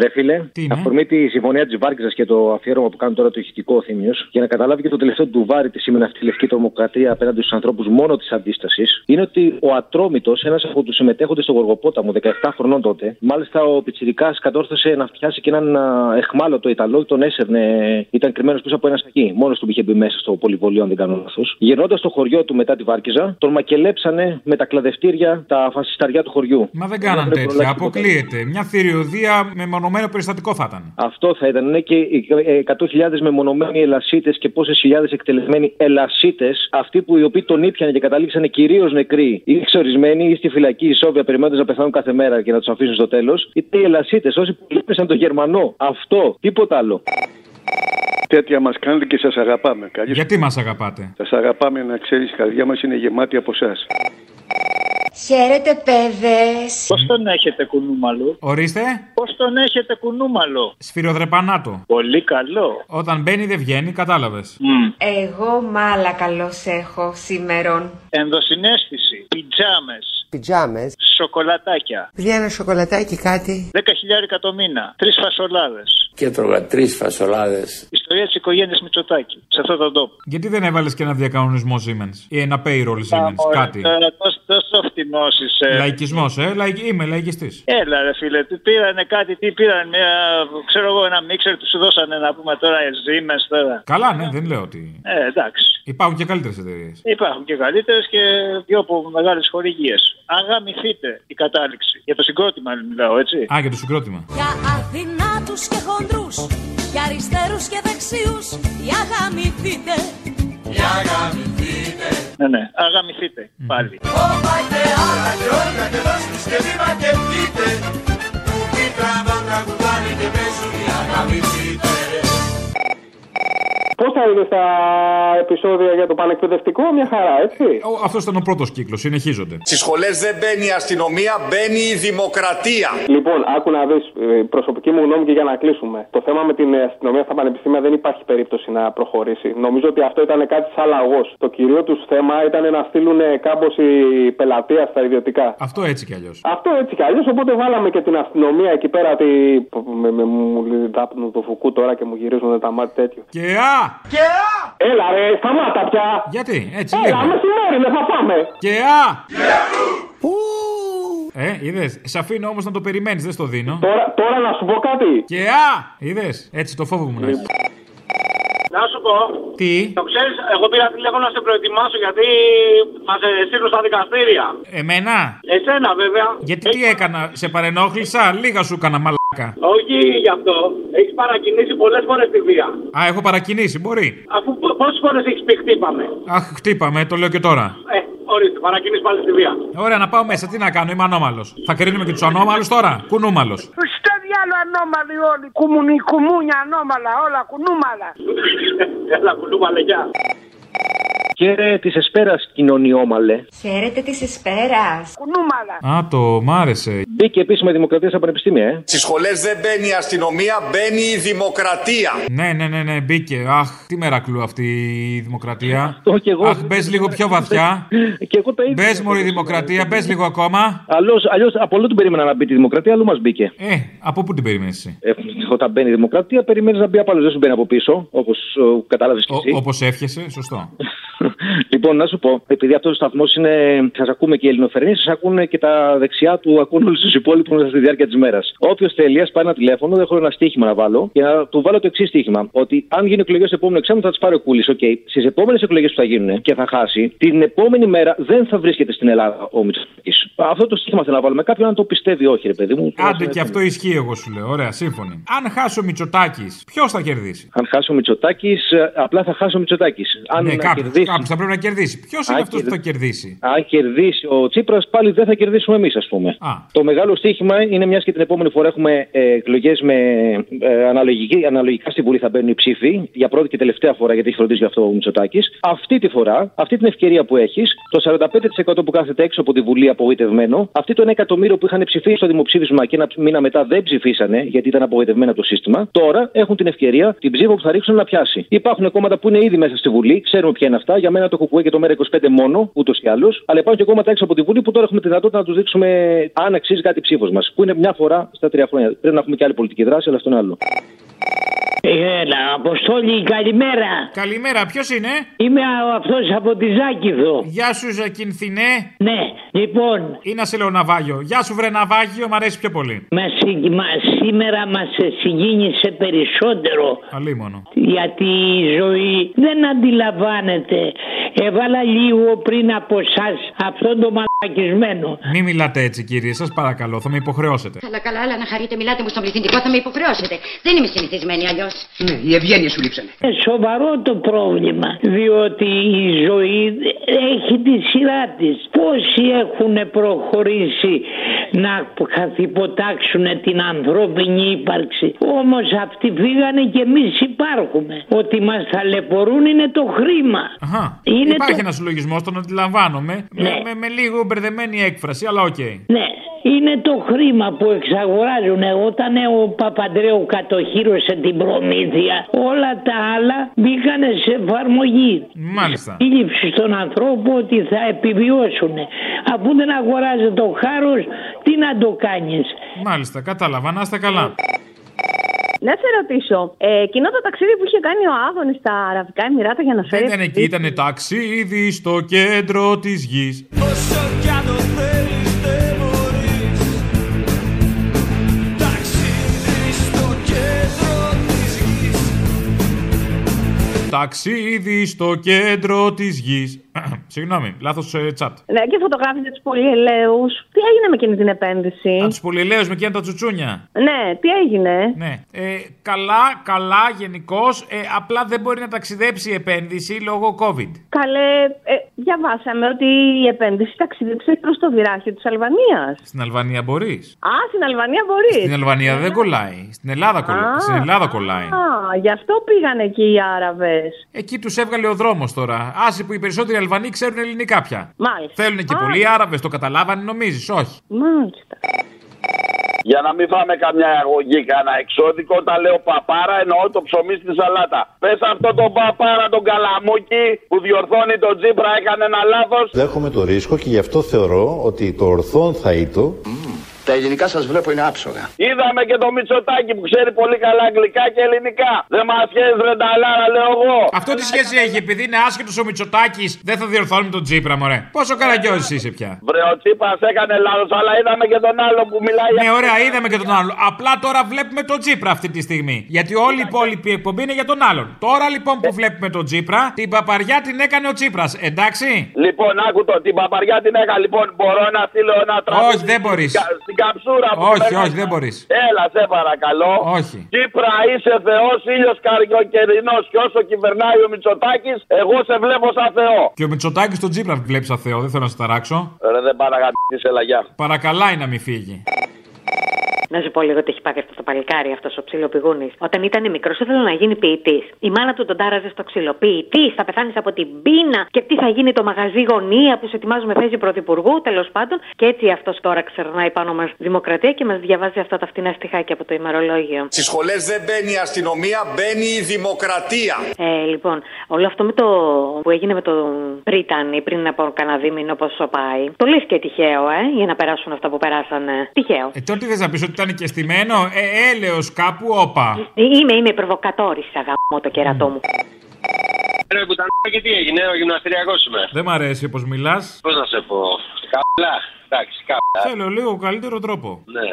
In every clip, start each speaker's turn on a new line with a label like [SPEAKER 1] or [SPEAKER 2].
[SPEAKER 1] Ρε φίλε,
[SPEAKER 2] Τι είναι?
[SPEAKER 1] αφορμή τη συμφωνία της Βάρκηζας και το αφιέρωμα που κάνει τώρα το ηχητικό θύμιο, για να καταλάβει και το τελευταίο ντουβάρι τι σήμαινε αυτή η λευκή τρομοκρατία απέναντι στους ανθρώπους μόνο της αντίστασης, είναι ότι ο Ατρόμητος, ένας από τους συμμετέχοντες στο Γοργοπόταμο, 17 χρονών τότε, μάλιστα ο Πιτσυρικά κατόρθωσε να φτιάσει και έναν α, εχμάλωτο Ιταλό και τον έσερνε, ήταν κρυμμένος πίσω από ένα σακί. Μόνος του είχε μπει μέσα στο πολυβολείο, αν δεν κάνω λάθος. Γυρνώντας στο χωριό του μετά τη Βάρκηζα, τον μακελέψανε με τα κλαδευτήρια τα φασισταριά του χωριού.
[SPEAKER 2] Μα δεν κάναν
[SPEAKER 1] έχουν
[SPEAKER 2] τέτοια.
[SPEAKER 1] προλάβει τίποτα.
[SPEAKER 2] Αποκλείεται. Μια θηριωδία με μονομένο περιστατικό θα ήταν.
[SPEAKER 1] Αυτό θα ήταν. Ναι, και οι ε, 100.000 μεμονωμένοι ελασίτε και πόσες χιλιάδες εκτελεσμένοι ελασίτε, αυτοί που οι οποίοι τον ήπιανε και καταλήξανε κυρίως νεκροί ή εξορισμένοι ή στη φυλακή ισόβια περιμένοντα να πεθάνουν κάθε μέρα και να τους αφήσουν στο τέλος, ήταν οι ελασίτε, όσοι που λύπησαν τον Γερμανό. Αυτό, τίποτα άλλο.
[SPEAKER 3] Τέτοια μας κάνετε και σας αγαπάμε. Καλή
[SPEAKER 2] Γιατί μας αγαπάτε.
[SPEAKER 3] Σας αγαπάμε να ξέρεις, η καρδιά μας είναι γεμάτη από εσάς.
[SPEAKER 4] Χαίρετε, παιδες.
[SPEAKER 5] Πώς τον έχετε κουνούμαλο,
[SPEAKER 2] Ορίστε.
[SPEAKER 5] Πώς τον έχετε κουνούμαλο.
[SPEAKER 2] Σφυροδρεπανάτο.
[SPEAKER 5] Πολύ καλό.
[SPEAKER 2] Όταν μπαίνει δεν βγαίνει, κατάλαβες.
[SPEAKER 5] Μμ.
[SPEAKER 4] Εγώ μάλα καλός έχω σήμερον.
[SPEAKER 5] Ενδοσυναίσθηση. Πιτζάμες.
[SPEAKER 6] πιτζάμες.
[SPEAKER 5] Σοκολατάκια.
[SPEAKER 6] Πηγαίνω ένα σοκολατάκι κάτι.
[SPEAKER 5] 10 χιλιάρικα το μήνα. Τρεις φασολάδες.
[SPEAKER 7] και έτρωγα τρεις φασολάδες.
[SPEAKER 5] Ιστορία της οικογένειας Μητσοτάκη. Σε αυτόν τον τόπο.
[SPEAKER 2] Γιατί δεν έβαλες και ένα διακανονισμό Siemens ή ένα payroll Siemens,
[SPEAKER 5] Ωραία,
[SPEAKER 2] κάτι.
[SPEAKER 5] τώρα, τόσ- Τόσο φτηνό είσαι.
[SPEAKER 2] Λαϊκισμός, ε. Λαϊκ... Είμαι λαϊκιστής.
[SPEAKER 5] Έλα, ρε φίλε, τι πήρανε κάτι, τι πήρανε, μια, ξέρω εγώ, ένα μίξερ, τους δώσανε να πούμε τώρα εζήμε τώρα.
[SPEAKER 2] Καλά, ναι, δεν λέω ότι.
[SPEAKER 5] Ε, εντάξει.
[SPEAKER 2] Υπάρχουν και καλύτερες εταιρείες.
[SPEAKER 5] Υπάρχουν και καλύτερες και δυο από μεγάλες χορηγίες. Αν γαμηθείτε η κατάληξη. Για το συγκρότημα μιλάω, έτσι.
[SPEAKER 2] Α, για το συγκρότημα.
[SPEAKER 8] Για αδυνάτους και χοντρούς Για αριστερούς και δεξιούς Για γαμηθείτε
[SPEAKER 5] Ναι, ναι. Αν γαμηθείτε πάλι.
[SPEAKER 9] Πόσα είναι στα επεισόδια για το πανεκπαιδευτικό, μια χαρά, έτσι.
[SPEAKER 2] Αυτός ήταν ο πρώτος κύκλος. Συνεχίζονται.
[SPEAKER 7] Στις σχολές δεν μπαίνει η αστυνομία, μπαίνει η δημοκρατία.
[SPEAKER 9] Λοιπόν, άκου να δεις προσωπική μου γνώμη και για να κλείσουμε. Το θέμα με την ε, αστυνομία στα πανεπιστήμια δεν υπάρχει περίπτωση να προχωρήσει. Νομίζω ότι αυτό ήταν κάτι σαν λαγός. Το κυρίω τους θέμα ήταν να στείλουν ε, κάμποση πελατεία στα ιδιωτικά.
[SPEAKER 2] Αυτό έτσι κι αλλιώς.
[SPEAKER 9] Αυτό έτσι κι αλλιώς, οπότε βάλαμε και την αστυνομία εκεί πέρα. Τη... Με, με, μου λέει δάπνο το φουκού τώρα και μου γυρίζουν τα μάτια τέτοιο.
[SPEAKER 2] Και Ε, α!
[SPEAKER 9] Έλα ρε, σταμάτα πια!
[SPEAKER 2] Γιατί, έτσι
[SPEAKER 9] Έλα,
[SPEAKER 2] λίγο.
[SPEAKER 9] μεσημέρι, δεν θα πάμε!
[SPEAKER 2] Και α! Ε, είδες. Σε αφήνω όμως να το περιμένεις, δεν στο δίνω.
[SPEAKER 9] Τώρα, τώρα να σου πω κάτι.
[SPEAKER 2] Και α! Είδες. Έτσι το φόβο μου να έχει.
[SPEAKER 9] Να σου πω,
[SPEAKER 2] Τι,
[SPEAKER 9] ξέρεις, εγώ πήρα τηλέφωνο να σε προετοιμάσω γιατί θα σε στείλω στα δικαστήρια.
[SPEAKER 2] εμένα.
[SPEAKER 9] Εσένα βέβαια.
[SPEAKER 2] Γιατί τι έκανα, σε παρενόχλησα, λίγα σου έκανα μαλάκα.
[SPEAKER 9] Όχι γι' αυτό. Έχεις παρακινήσει πολλές φορές τη βία.
[SPEAKER 2] Α, έχω παρακινήσει, μπορεί.
[SPEAKER 9] Αφού πόσες φορές έχεις πει χτύπαμε.
[SPEAKER 2] Αχ, χτύπαμε, το λέω και τώρα.
[SPEAKER 9] Ε, ορίστε, παρακινήσει πάλι στη βία.
[SPEAKER 2] Ωραία, να πάω μέσα, τι να κάνω, είμαι ανώμαλος. Θα κρίνουμε και τους ανώμαλους τώρα, κουνούμαλος.
[SPEAKER 9] Στο διάλογο ανώμαλοι όλοι. Κουμουνι, κουμούνια ανώμαλα, όλα κουνούμαλα. Έλα, κουνούμαλα, γεια.
[SPEAKER 1] Και της Εσπέρας κοινωνιόμαλε.
[SPEAKER 4] Χαίρετε της εσπέρας.
[SPEAKER 9] Κουνούμαλα.
[SPEAKER 2] Α, το μ' άρεσε.
[SPEAKER 1] Μπήκε επίσημα η δημοκρατία στα πανεπιστήμια, ε.
[SPEAKER 7] Στις σχολές δεν μπαίνει η αστυνομία, μπαίνει η δημοκρατία.
[SPEAKER 2] Ναι, ναι, ναι, ναι, μπήκε. Αχ, τι μερακλού αυτή η δημοκρατία.
[SPEAKER 1] Το και εγώ.
[SPEAKER 2] Αχ, μπες λίγο πιο βαθιά.
[SPEAKER 1] Και εγώ τα ίδια.
[SPEAKER 2] Μπες μωρή δημοκρατία, μπες λίγο ακόμα.
[SPEAKER 1] Αλλιώς, αλλιώς από όλο την περίμενα να μπει τη δημοκρατία, αλλού μας μπήκε.
[SPEAKER 2] Ε, από πού την περιμένει εσύ.
[SPEAKER 1] Ε, όταν μπαίνει η δημοκρατία, περιμένεις να μπει απ' άλλο. Δεν σου μπαίνει από πίσω, όπως κατάλαβες κι
[SPEAKER 10] Ε.
[SPEAKER 1] εσύ.
[SPEAKER 2] Όπως εύχεσαι, σωστό.
[SPEAKER 1] λοιπόν, να σου πω, επειδή αυτός ο σταθμός είναι. Σας ακούμε και οι Ελληνοφερνοί, σας ακούνε και τα δεξιά του, ακούν όλους τους υπόλοιπους μέσα στη διάρκεια της μέρας. Όποιος θέλει, ας πάρει ένα τηλέφωνο, δεν έχω ένα στοίχημα να βάλω και να του βάλω το εξής στοίχημα. Ότι αν γίνουν εκλογές στο επόμενο εξάμεινο, θα τις πάρει ο Κούλης. Οκ. Στις επόμενες εκλογές που θα γίνουν ε, και θα χάσει, την επόμενη μέρα δεν θα βρίσκεται στην Ελλάδα ο Μητσοτάκης. Αυτό το στοίχημα θέλω να βάλουμε. Κάποιον αν το πιστεύει, όχι, ρε παιδί μου.
[SPEAKER 10] Ε.
[SPEAKER 2] Άντε και αυτό ισχύει, εγώ σου λέω. Ωραία, σύμφωνοι. Αν χάσει ο Μητσοτάκης, ποιος θα κερδίσει.
[SPEAKER 1] Αν χάσει ο Μητσοτάκης, ε, απλά θα χάσει ο Μητσοτάκης. Αν
[SPEAKER 2] ναι, κάποιος,
[SPEAKER 1] κερδίσει.
[SPEAKER 2] κάποιος θα θα πρέπει να κερδίσει. Ποιος είναι
[SPEAKER 1] Α,
[SPEAKER 2] αυτός που
[SPEAKER 1] κερδί-
[SPEAKER 2] θα κερδίσει.
[SPEAKER 1] Αν κερδίσει ο Τσίπρας, πάλι δεν θα κερδίσουμε εμείς, ας πούμε.
[SPEAKER 2] Α.
[SPEAKER 1] Το μεγάλο στοίχημα είναι, μιας και την επόμενη φορά έχουμε εκλογές με ε, αναλογική, αναλογικά στη Βουλή θα μπαίνουν οι ψήφοι, για πρώτη και τελευταία φορά, γιατί έχει φροντίσει γι' αυτό ο Μητσοτάκης. Αυτή τη φορά, αυτή την ευκαιρία που έχεις, το 45% που κάθεται έξω από τη Βουλή απογοητευμένο, αυτοί το 1 εκατομμύριο που είχαν ψηφίσει στο δημοψήφισμα και ένα μήνα μετά δεν ψηφίσανε, γιατί ήταν απογοητευμένα από το σύστημα, τώρα έχουν την ευκαιρία την ψήφο που θα ρίξουν να πιάσει. Υπάρχουν κόμματα που είναι ήδη μέσα στη Βουλή, ξέρουμε ποια είναι αυτά. Για μένα το Κουκουέ και το ΜΕΡΑ25 μόνο, ούτως ή άλλως. Αλλά υπάρχουν και κόμματα έξω από τη Βουλή που τώρα έχουμε τη δυνατότητα να τους δείξουμε αν αξίζει κάτι η ψήφος μας. Που είναι μια φορά στα τρία χρόνια. Πρέπει να έχουμε και άλλη πολιτική δράση, αλλά αυτό είναι άλλο.
[SPEAKER 10] Έλα, Αποστόλη, καλημέρα.
[SPEAKER 2] Καλημέρα, ποιος είναι?
[SPEAKER 10] Είμαι αυτός από τη Ζάκηθο.
[SPEAKER 2] Γεια σου, Ζακινθινέ.
[SPEAKER 10] Ναι, λοιπόν,
[SPEAKER 2] Ή να σε λέω ναυάγιο. Γεια σου, βρε ναυάγιο, μ' αρέσει πιο πολύ.
[SPEAKER 10] μας, συ- μα- σήμερα μας συγκίνησε περισσότερο
[SPEAKER 2] Αλίμονο.
[SPEAKER 10] γιατί η ζωή δεν αντιλαμβάνεται. Έβαλα λίγο πριν από εσάς αυτόν τον μαλακισμένο.
[SPEAKER 2] Μη μιλάτε έτσι, κύριε, σας παρακαλώ, θα με υποχρεώσετε.
[SPEAKER 11] Καλά, καλά, αλλά να χαρείτε, μιλάτε μου στον πληθυντικό, θα με υποχρεώσετε. Δεν είμαι συνηθισμένη αλλιώς.
[SPEAKER 12] Ναι, η ευγένεια σου λείψανε.
[SPEAKER 10] Είναι Ε, σοβαρό το πρόβλημα, διότι η ζωή έχει τη σειρά της. Πόσοι έχουν προχωρήσει να καθυποτάξουν την ανθρώπινη ύπαρξη. Όμως αυτοί φύγανε και εμείς υπάρχουμε. Ότι μας ταλαιπωρούν είναι το χρήμα.
[SPEAKER 2] Αχα.
[SPEAKER 10] Είναι
[SPEAKER 2] Υπάρχει
[SPEAKER 10] το-
[SPEAKER 2] ένας συλλογισμός, τον αντιλαμβάνομαι.
[SPEAKER 10] Ναι.
[SPEAKER 2] Με, με, με λίγο μπερδεμένη έκφραση, αλλά οκ.
[SPEAKER 10] Ναι, είναι το χρήμα που εξαγοράζουν. Όταν ε, ο Παπαντρέου κατοχύρωσε την προμήθεια, όλα τα άλλα μπήκανε σε εφαρμογή.
[SPEAKER 2] Μάλιστα.
[SPEAKER 10] Η λήψη στον ανθρώπο ότι θα επιβιώσουν. Αφού δεν αγοράζει το χάρος, τι να το κάνεις.
[SPEAKER 2] Μάλιστα, κατάλαβα. Να είστε καλά.
[SPEAKER 13] Να σε ρωτήσω, ε, εκείνο το ταξίδι που είχε κάνει ο Άδωνης στα Αραβικά Εμμυράτα για να φέρει.
[SPEAKER 2] Δεν ήταν εκεί, ήταν ταξίδι στο κέντρο της γης.
[SPEAKER 14] Όσο κι αν το θέλεις δεν μπορείς Ταξίδι στο κέντρο της γης
[SPEAKER 2] Ταξίδι στο κέντρο τη γη. Συγγνώμη, ε, λάθο τσάτ.
[SPEAKER 13] Ναι, και φωτογράφησε τους πολυελαίους. Τι έγινε με εκείνη την επένδυση.
[SPEAKER 2] Αν του πολυλαίους με εκείνα τα τσουτσούνια.
[SPEAKER 13] Ναι, τι έγινε.
[SPEAKER 2] Ναι. Ε, καλά, καλά γενικώς. απλά δεν μπορεί να ταξιδέψει η επένδυση λόγω COVID.
[SPEAKER 13] Καλέ, ε, διαβάσαμε ότι η επένδυση ταξίδεψε προς το βυράχιο της Αλβανίας.
[SPEAKER 2] Στην Αλβανία μπορείς.
[SPEAKER 13] Α, στην Αλβανία μπορείς.
[SPEAKER 2] Στην Αλβανία δεν κολλάει. Στην Ελλάδα κολλάει.
[SPEAKER 13] Α,
[SPEAKER 2] Στην Ελλάδα κολλάει.
[SPEAKER 13] Α, γι' αυτό πήγαν εκεί οι Άραβες.
[SPEAKER 2] Εκεί τους έβγαλε ο δρόμος τώρα. Άσε που οι περισσότεροι Αλβανοί ξέρουν ελληνικά πια.
[SPEAKER 13] Μάλιστα.
[SPEAKER 2] Θέλουν και πολλοί Άραβες, το καταλάβανε, νομίζεις. Όχι.
[SPEAKER 13] Μάλιστα.
[SPEAKER 15] Για να μην φάμε καμιά αγωγή, κανένα εξώδικο, όταν λέω παπάρα εννοώ το ψωμί στη σαλάτα. Πες αυτό τον παπάρα, τον καλαμούκι που διορθώνει τον Τζίπρα, έκανε ένα λάθος.
[SPEAKER 16] Δέχομαι το ρίσκο και γι' αυτό θεωρώ ότι το ορθόν θα είτο.
[SPEAKER 12] Τα ελληνικά σας βλέπω είναι άψογα.
[SPEAKER 15] Είδαμε και το Μητσοτάκι που ξέρει πολύ καλά αγγλικά και ελληνικά. Δεν μας πιέζει, ρε ταλάρα, λέω εγώ.
[SPEAKER 2] Αυτό τι σχέση έχει, επειδή είναι άσχετος ο Μητσοτάκης, δεν θα διορθώνουμε τον Τζίπρα, μωρέ. Πόσο καραγκιόζης είσαι πια.
[SPEAKER 15] Βρε, Ε, ο Τσίπρας έκανε λάθος, αλλά είδαμε και τον άλλο που μιλάει.
[SPEAKER 2] Ναι, ωραία, είδαμε και τον άλλον. Απλά τώρα βλέπουμε τον Τζίπρα αυτή τη στιγμή. Γιατί όλη η υπόλοιπη εκπομπή είναι για τον άλλον. Τώρα λοιπόν που βλέπουμε τον Τζίπρα, την παπαριά την έκανε ο Τσίπρας, εντάξει.
[SPEAKER 15] Λοιπόν, άκου το, την παπαριά την έκανα. Λοιπόν, μπορώ να στείλω ένα τραγούδι.
[SPEAKER 2] Όχι, δεν μπορείς.
[SPEAKER 15] κα- Στην καψούρα που
[SPEAKER 2] Όχι,
[SPEAKER 15] παίρνω.
[SPEAKER 2] όχι, δεν μπορείς.
[SPEAKER 15] Έλα, σε παρακαλώ.
[SPEAKER 2] Όχι.
[SPEAKER 15] Τσίπρα, είσαι Θεός, ήλιος καριοκαιρινό. Και όσο κυβερνάει ο Μητσοτάκης, εγώ σε βλέπω σαν Θεό.
[SPEAKER 2] Και ο Μητσοτάκης τον Τζίπρα βλέπει αθέο, δεν θέλω να σε ταράξω.
[SPEAKER 15] Ρε, δεν παραγαπητή, έλα, γεια.
[SPEAKER 2] Παρακαλάει να μην φύγει.
[SPEAKER 17] Να σου πω λίγο τι έχει πάθει αυτό το παλικάρι, αυτός ο ψιλοπηγούνης. Όταν ήταν μικρός, ήθελε να γίνει ποιητής. Η μάνα του τον τάραζε στο ξυλοποιητή, θα πεθάνεις από την πείνα και τι θα γίνει το μαγαζί γωνία που σε ετοιμάζουμε θέση πρωθυπουργού, τέλος πάντων. Και έτσι αυτός τώρα ξερνάει πάνω μας δημοκρατία και μας διαβάζει αυτά τα φτηνά στοιχάκια από το ημερολόγιο.
[SPEAKER 7] Στις σχολές δεν μπαίνει η αστυνομία, μπαίνει η δημοκρατία.
[SPEAKER 17] Ε, λοιπόν, όλο αυτό με το που έγινε με τον Πρίτανη πριν από κανένα δίμηνο πόσο πάει. Το λες και τυχαίο, ε, για να περάσουν αυτά που περάσανε. Τυχαίο.
[SPEAKER 2] Ε, τότε θε να πεις ότι ήταν και στημένο, ε, έλεος κάπου, όπα.
[SPEAKER 17] Ε, Είμαι, είμαι προβοκατόρισα, γαμώ το κερατό μου.
[SPEAKER 18] Ρε πουτανάκι, τι έγινε, ο γυμναστηριακός είμαι.
[SPEAKER 2] Δεν μ' αρέσει όπως μιλάς.
[SPEAKER 18] Πώς να σε πω. Καλά, εντάξει, καλά.
[SPEAKER 2] Θέλω λίγο καλύτερο τρόπο.
[SPEAKER 18] Ναι.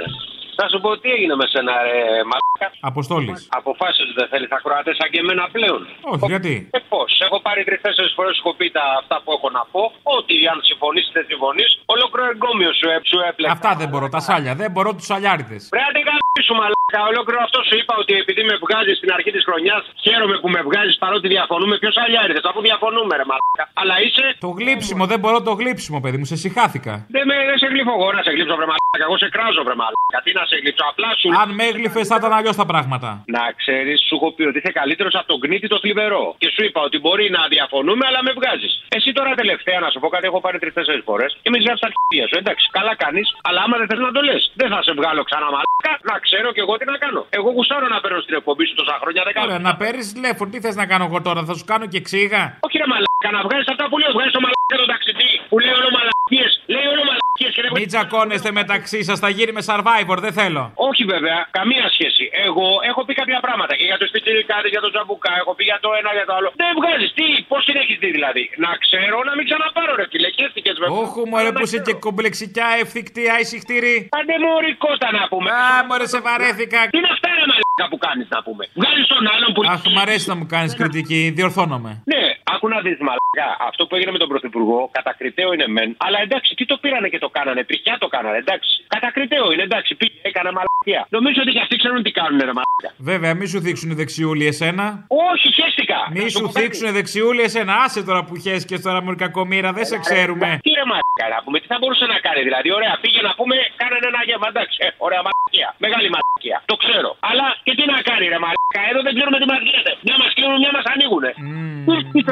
[SPEAKER 18] Θα σου πω τι έγινε με σένα, ρε μαλάκα.
[SPEAKER 2] Αποστόλης.
[SPEAKER 18] Αποφάσισες ότι δεν θέλεις τα κροατέ σαν και εμένα πλέον.
[SPEAKER 2] Όχι, γιατί.
[SPEAKER 18] Ε, πώς. Έχω πάρει τρει-τέσσερι φορές έχω πει τα αυτά που έχω να πω. Ό,τι αν συμφωνείς, δεν συμφωνείς. Ολόκληρο εγκόμιο σου, ε. έ- σου έπλεξε.
[SPEAKER 2] Αυτά δεν μπορώ, τα σάλια. Δεν μπορώ τους σαλιάριδες.
[SPEAKER 18] Πρέπει να την κάνω σου μαλάκα, ολόκληρο αυτό σου είπα ότι επειδή με βγάζεις στην αρχή της χρονιάς, χαίρομαι που με βγάζεις παρότι διαφωνούμε. Ποιος αλλιά ήρθε, αφού διαφωνούμε, ρε μαλάκα. Αλλά είσαι.
[SPEAKER 2] Το γλύψιμο, δεν μπορώ το γλύψιμο, παιδί μου, σε συχάθηκα.
[SPEAKER 18] Δεν, με, δεν σε γλύφω εγώ να σε γλύψω, βρε μαλάκα. Εγώ σε κράζω, βρε μαλάκα. Τι να σε γλύψω, απλά σου.
[SPEAKER 2] Αν με έγλυφες, θα ήταν αλλιώς τα πράγματα.
[SPEAKER 18] Να ξέρεις, σου έχω πει ότι είσαι καλύτερος από τον κνήτη το θλιβερό. Και σου είπα ότι μπορεί να διαφωνούμε, αλλά με βγάζεις. Εσύ τώρα τελευταία να σου πω κάτι, έχω πάρει τρει-τέσσερι φορές και με ζητά τα αρχίδια σου. Εντάξει, καλά κάνεις, αλλά άμα δεν θες να το λες, δεν θα σε βγάλω ξανά μαλάκα. Να ξέρω κι εγώ τι να κάνω. Εγώ γουστάρω να παίρνω στην εκπομπή σου τόσα χρόνια δεν κάνω.
[SPEAKER 2] Ωραία, να παίρνει τηλέφωνο, τι θες να κάνω εγώ τώρα, θα σου κάνω και ξύγα.
[SPEAKER 18] Όχι ρε μαλάκα, να βγάζεις αυτά που λέω. Βγάζεις το μαλάκα τον ταξιτή που λέει όλο μαλακίες. Λέει όλο μαλακίες και δεν
[SPEAKER 2] Μην τσακώνεστε μεταξύ σας, θα γύρει με survivor, δεν θέλω.
[SPEAKER 18] όχι βέβαια, καμία σχέση. Εγώ έχω πει κάποια πράγματα και για το σπιτιλικάδι, για το τζαμπουκά, έχω πει για το ένα, για το άλλο. Δεν βγάζεις, τι, πώς την έχεις δει δηλαδή. Να ξέρω να μην ξαναπάρω ρε φίλε, και έφυγε βέβαια.
[SPEAKER 2] Όχι, μωρέ που είσαι και κομπλεξικιά, ευθυκτή, αϊσυχτήρη.
[SPEAKER 18] Άντε μωρή κόστα να πούμε.
[SPEAKER 2] Α, μωρέ σε βαρέθηκα.
[SPEAKER 18] Τι να φτάνει μαλακά που κάνεις να πούμε. Βγάζεις τον άλλον που.
[SPEAKER 2] Αχ, μ' αρέσει να μου κάνεις κριτική, διορθώνομαι.
[SPEAKER 18] Ναι, άκου να δεις μαλακά. Αυτό που έγινε με τον Πρωθυπουργό, κατακριτέο είναι μεν. Αλλά εντάξει, τι το πήρανε και το κάνανε, πριχιά το κάνανε, εντάξει. Κατακριτέο είναι, εντάξει, πήγε, έκανε μαλακία. Νομίζω ότι και αυτοί ξέρουν τι κάνουν, ρε μαλακά.
[SPEAKER 2] Βέβαια, μη σου δείξουν δεξιούλη εσένα.
[SPEAKER 18] Όχι, χαίστηκα. Να
[SPEAKER 2] Μη
[SPEAKER 18] σου
[SPEAKER 2] σου
[SPEAKER 18] πω κάτι.
[SPEAKER 2] δείξουν δεξιούλη εσένα. Άσε τώρα που χέσκε τώρα μου κακομήρα,
[SPEAKER 18] Ε,
[SPEAKER 2] δεν σε ξέρουμε.
[SPEAKER 18] Τι ρε μαλακά να πούμε, τι θα μπορούσε να κάνει δηλαδή. Ωραία, πήγε να πούμε, κάνανε ένα γεύμα, εντάξει. Ε, ωραία μαλακία. Μεγάλη μαλακία. Το ξέρω. Αλλά και τι να κάνει ρε μαλακά, εδώ δεν ξέρουμε τι μας γίνεται. Μια μας κλείνουν, μια μας ανοίγουνε.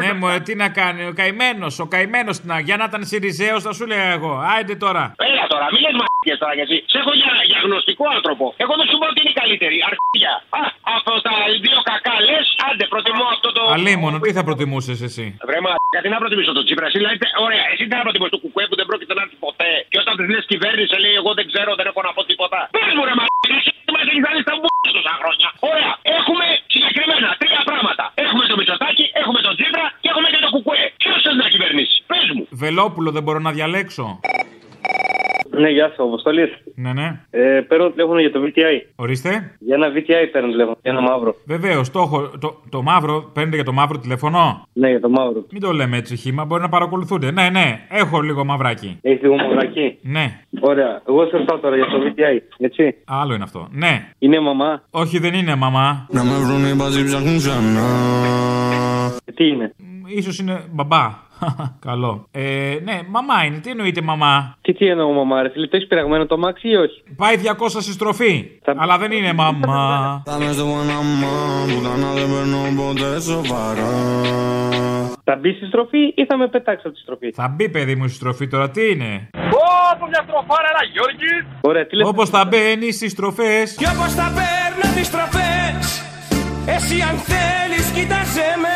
[SPEAKER 2] ναι, μωρέ, τι να κάνει. Ο καημένος, ο καημένος. Για να ήταν Σιριζέος, θα σου λέγα εγώ. Άιντε τώρα.
[SPEAKER 18] Έλα τώρα, μην λες μαλακίες τώρα κι εσύ. Σε έχω για, για γνωστικό άνθρωπο. Εγώ δεν σου πω ότι είναι η καλύτερη. Αρχίδια. Α, από τα δύο κακά λες, άντε προτιμώ αυτό το...
[SPEAKER 2] Αλίμονο, τι θα προτιμούσες εσύ.
[SPEAKER 18] Βρε μαλακά, τι να προτιμήσω το Τσίπρα. Εσύ, δηλαδή, τε- ωραία, εσύ τι να προτιμήσω το κουκουέ που δεν πρόκειται να έρθει ποτέ. Και όταν της λες κυβέρνηση, λέει εγώ δεν ξέρω, δεν έχω να πω τίποτα. Πες μου ρε μαλακά, εσύ τι μας έχεις βάλει στα μπούτια τόσα χρόνια. Ωραία, έχουμε συγκεκριμένα τρία πράγματα. Έχουμε το Μητσοτάκι, έχουμε τον Τσίπρα και έχουμε και το κουκουέ. Ποιος θέλει να κυβερνήσει, πες μου.
[SPEAKER 2] Βελόπουλο δεν μπορώ να διαλέξω.
[SPEAKER 19] Ναι, γεια σα, Αποστολής.
[SPEAKER 2] Ναι, ναι.
[SPEAKER 19] Ε, παίρνω τηλέφωνο για το VTI.
[SPEAKER 2] Ορίστε.
[SPEAKER 19] Για ένα VTI παίρνω τηλέφωνο, για ένα μαύρο.
[SPEAKER 2] Βεβαίως, το, έχω- το, το μαύρο. Παίρνετε για το μαύρο τηλέφωνο.
[SPEAKER 19] Ναι, για το μαύρο.
[SPEAKER 2] Μην το λέμε έτσι χήμα, μπορεί να παρακολουθούνται. Ναι, ναι, έχω λίγο μαυράκι.
[SPEAKER 19] Έχεις λίγο μαυράκι.
[SPEAKER 2] Ναι.
[SPEAKER 19] Ωραία. Εγώ σε ρωτάω τώρα για το VTI, έτσι.
[SPEAKER 2] Άλλο είναι αυτό. Ναι.
[SPEAKER 19] Είναι μαμά.
[SPEAKER 2] Όχι, δεν είναι μαμά.
[SPEAKER 19] Να με βρουνε μαζί ψάχνουν Ε, Τι είναι.
[SPEAKER 2] Ίσως είναι μπαμπά. Καλό. Ε, ναι, μαμά είναι. Τι εννοείται μαμά.
[SPEAKER 19] Τι τι εννοώ, μαμά, ρε φίλε, το έχεις πειραγμένο το μάξι ή όχι.
[SPEAKER 2] Πάει 200 στη στροφή. Αλλά δεν είναι μαμά.
[SPEAKER 19] Θα μπει στη στροφή ή θα με πετάξει από τη στροφή.
[SPEAKER 2] Θα μπει παιδί μου στη στροφή τώρα, τι είναι.
[SPEAKER 20] Όπω μια στροφάρα, ένα Γιώργης.
[SPEAKER 19] Ωραία, τι
[SPEAKER 2] Όπως θα μπαίνει στις στροφές.
[SPEAKER 20] Κι όπω τα παίρνω τις στροφές, εσύ αν θέλεις, κοίταζε με.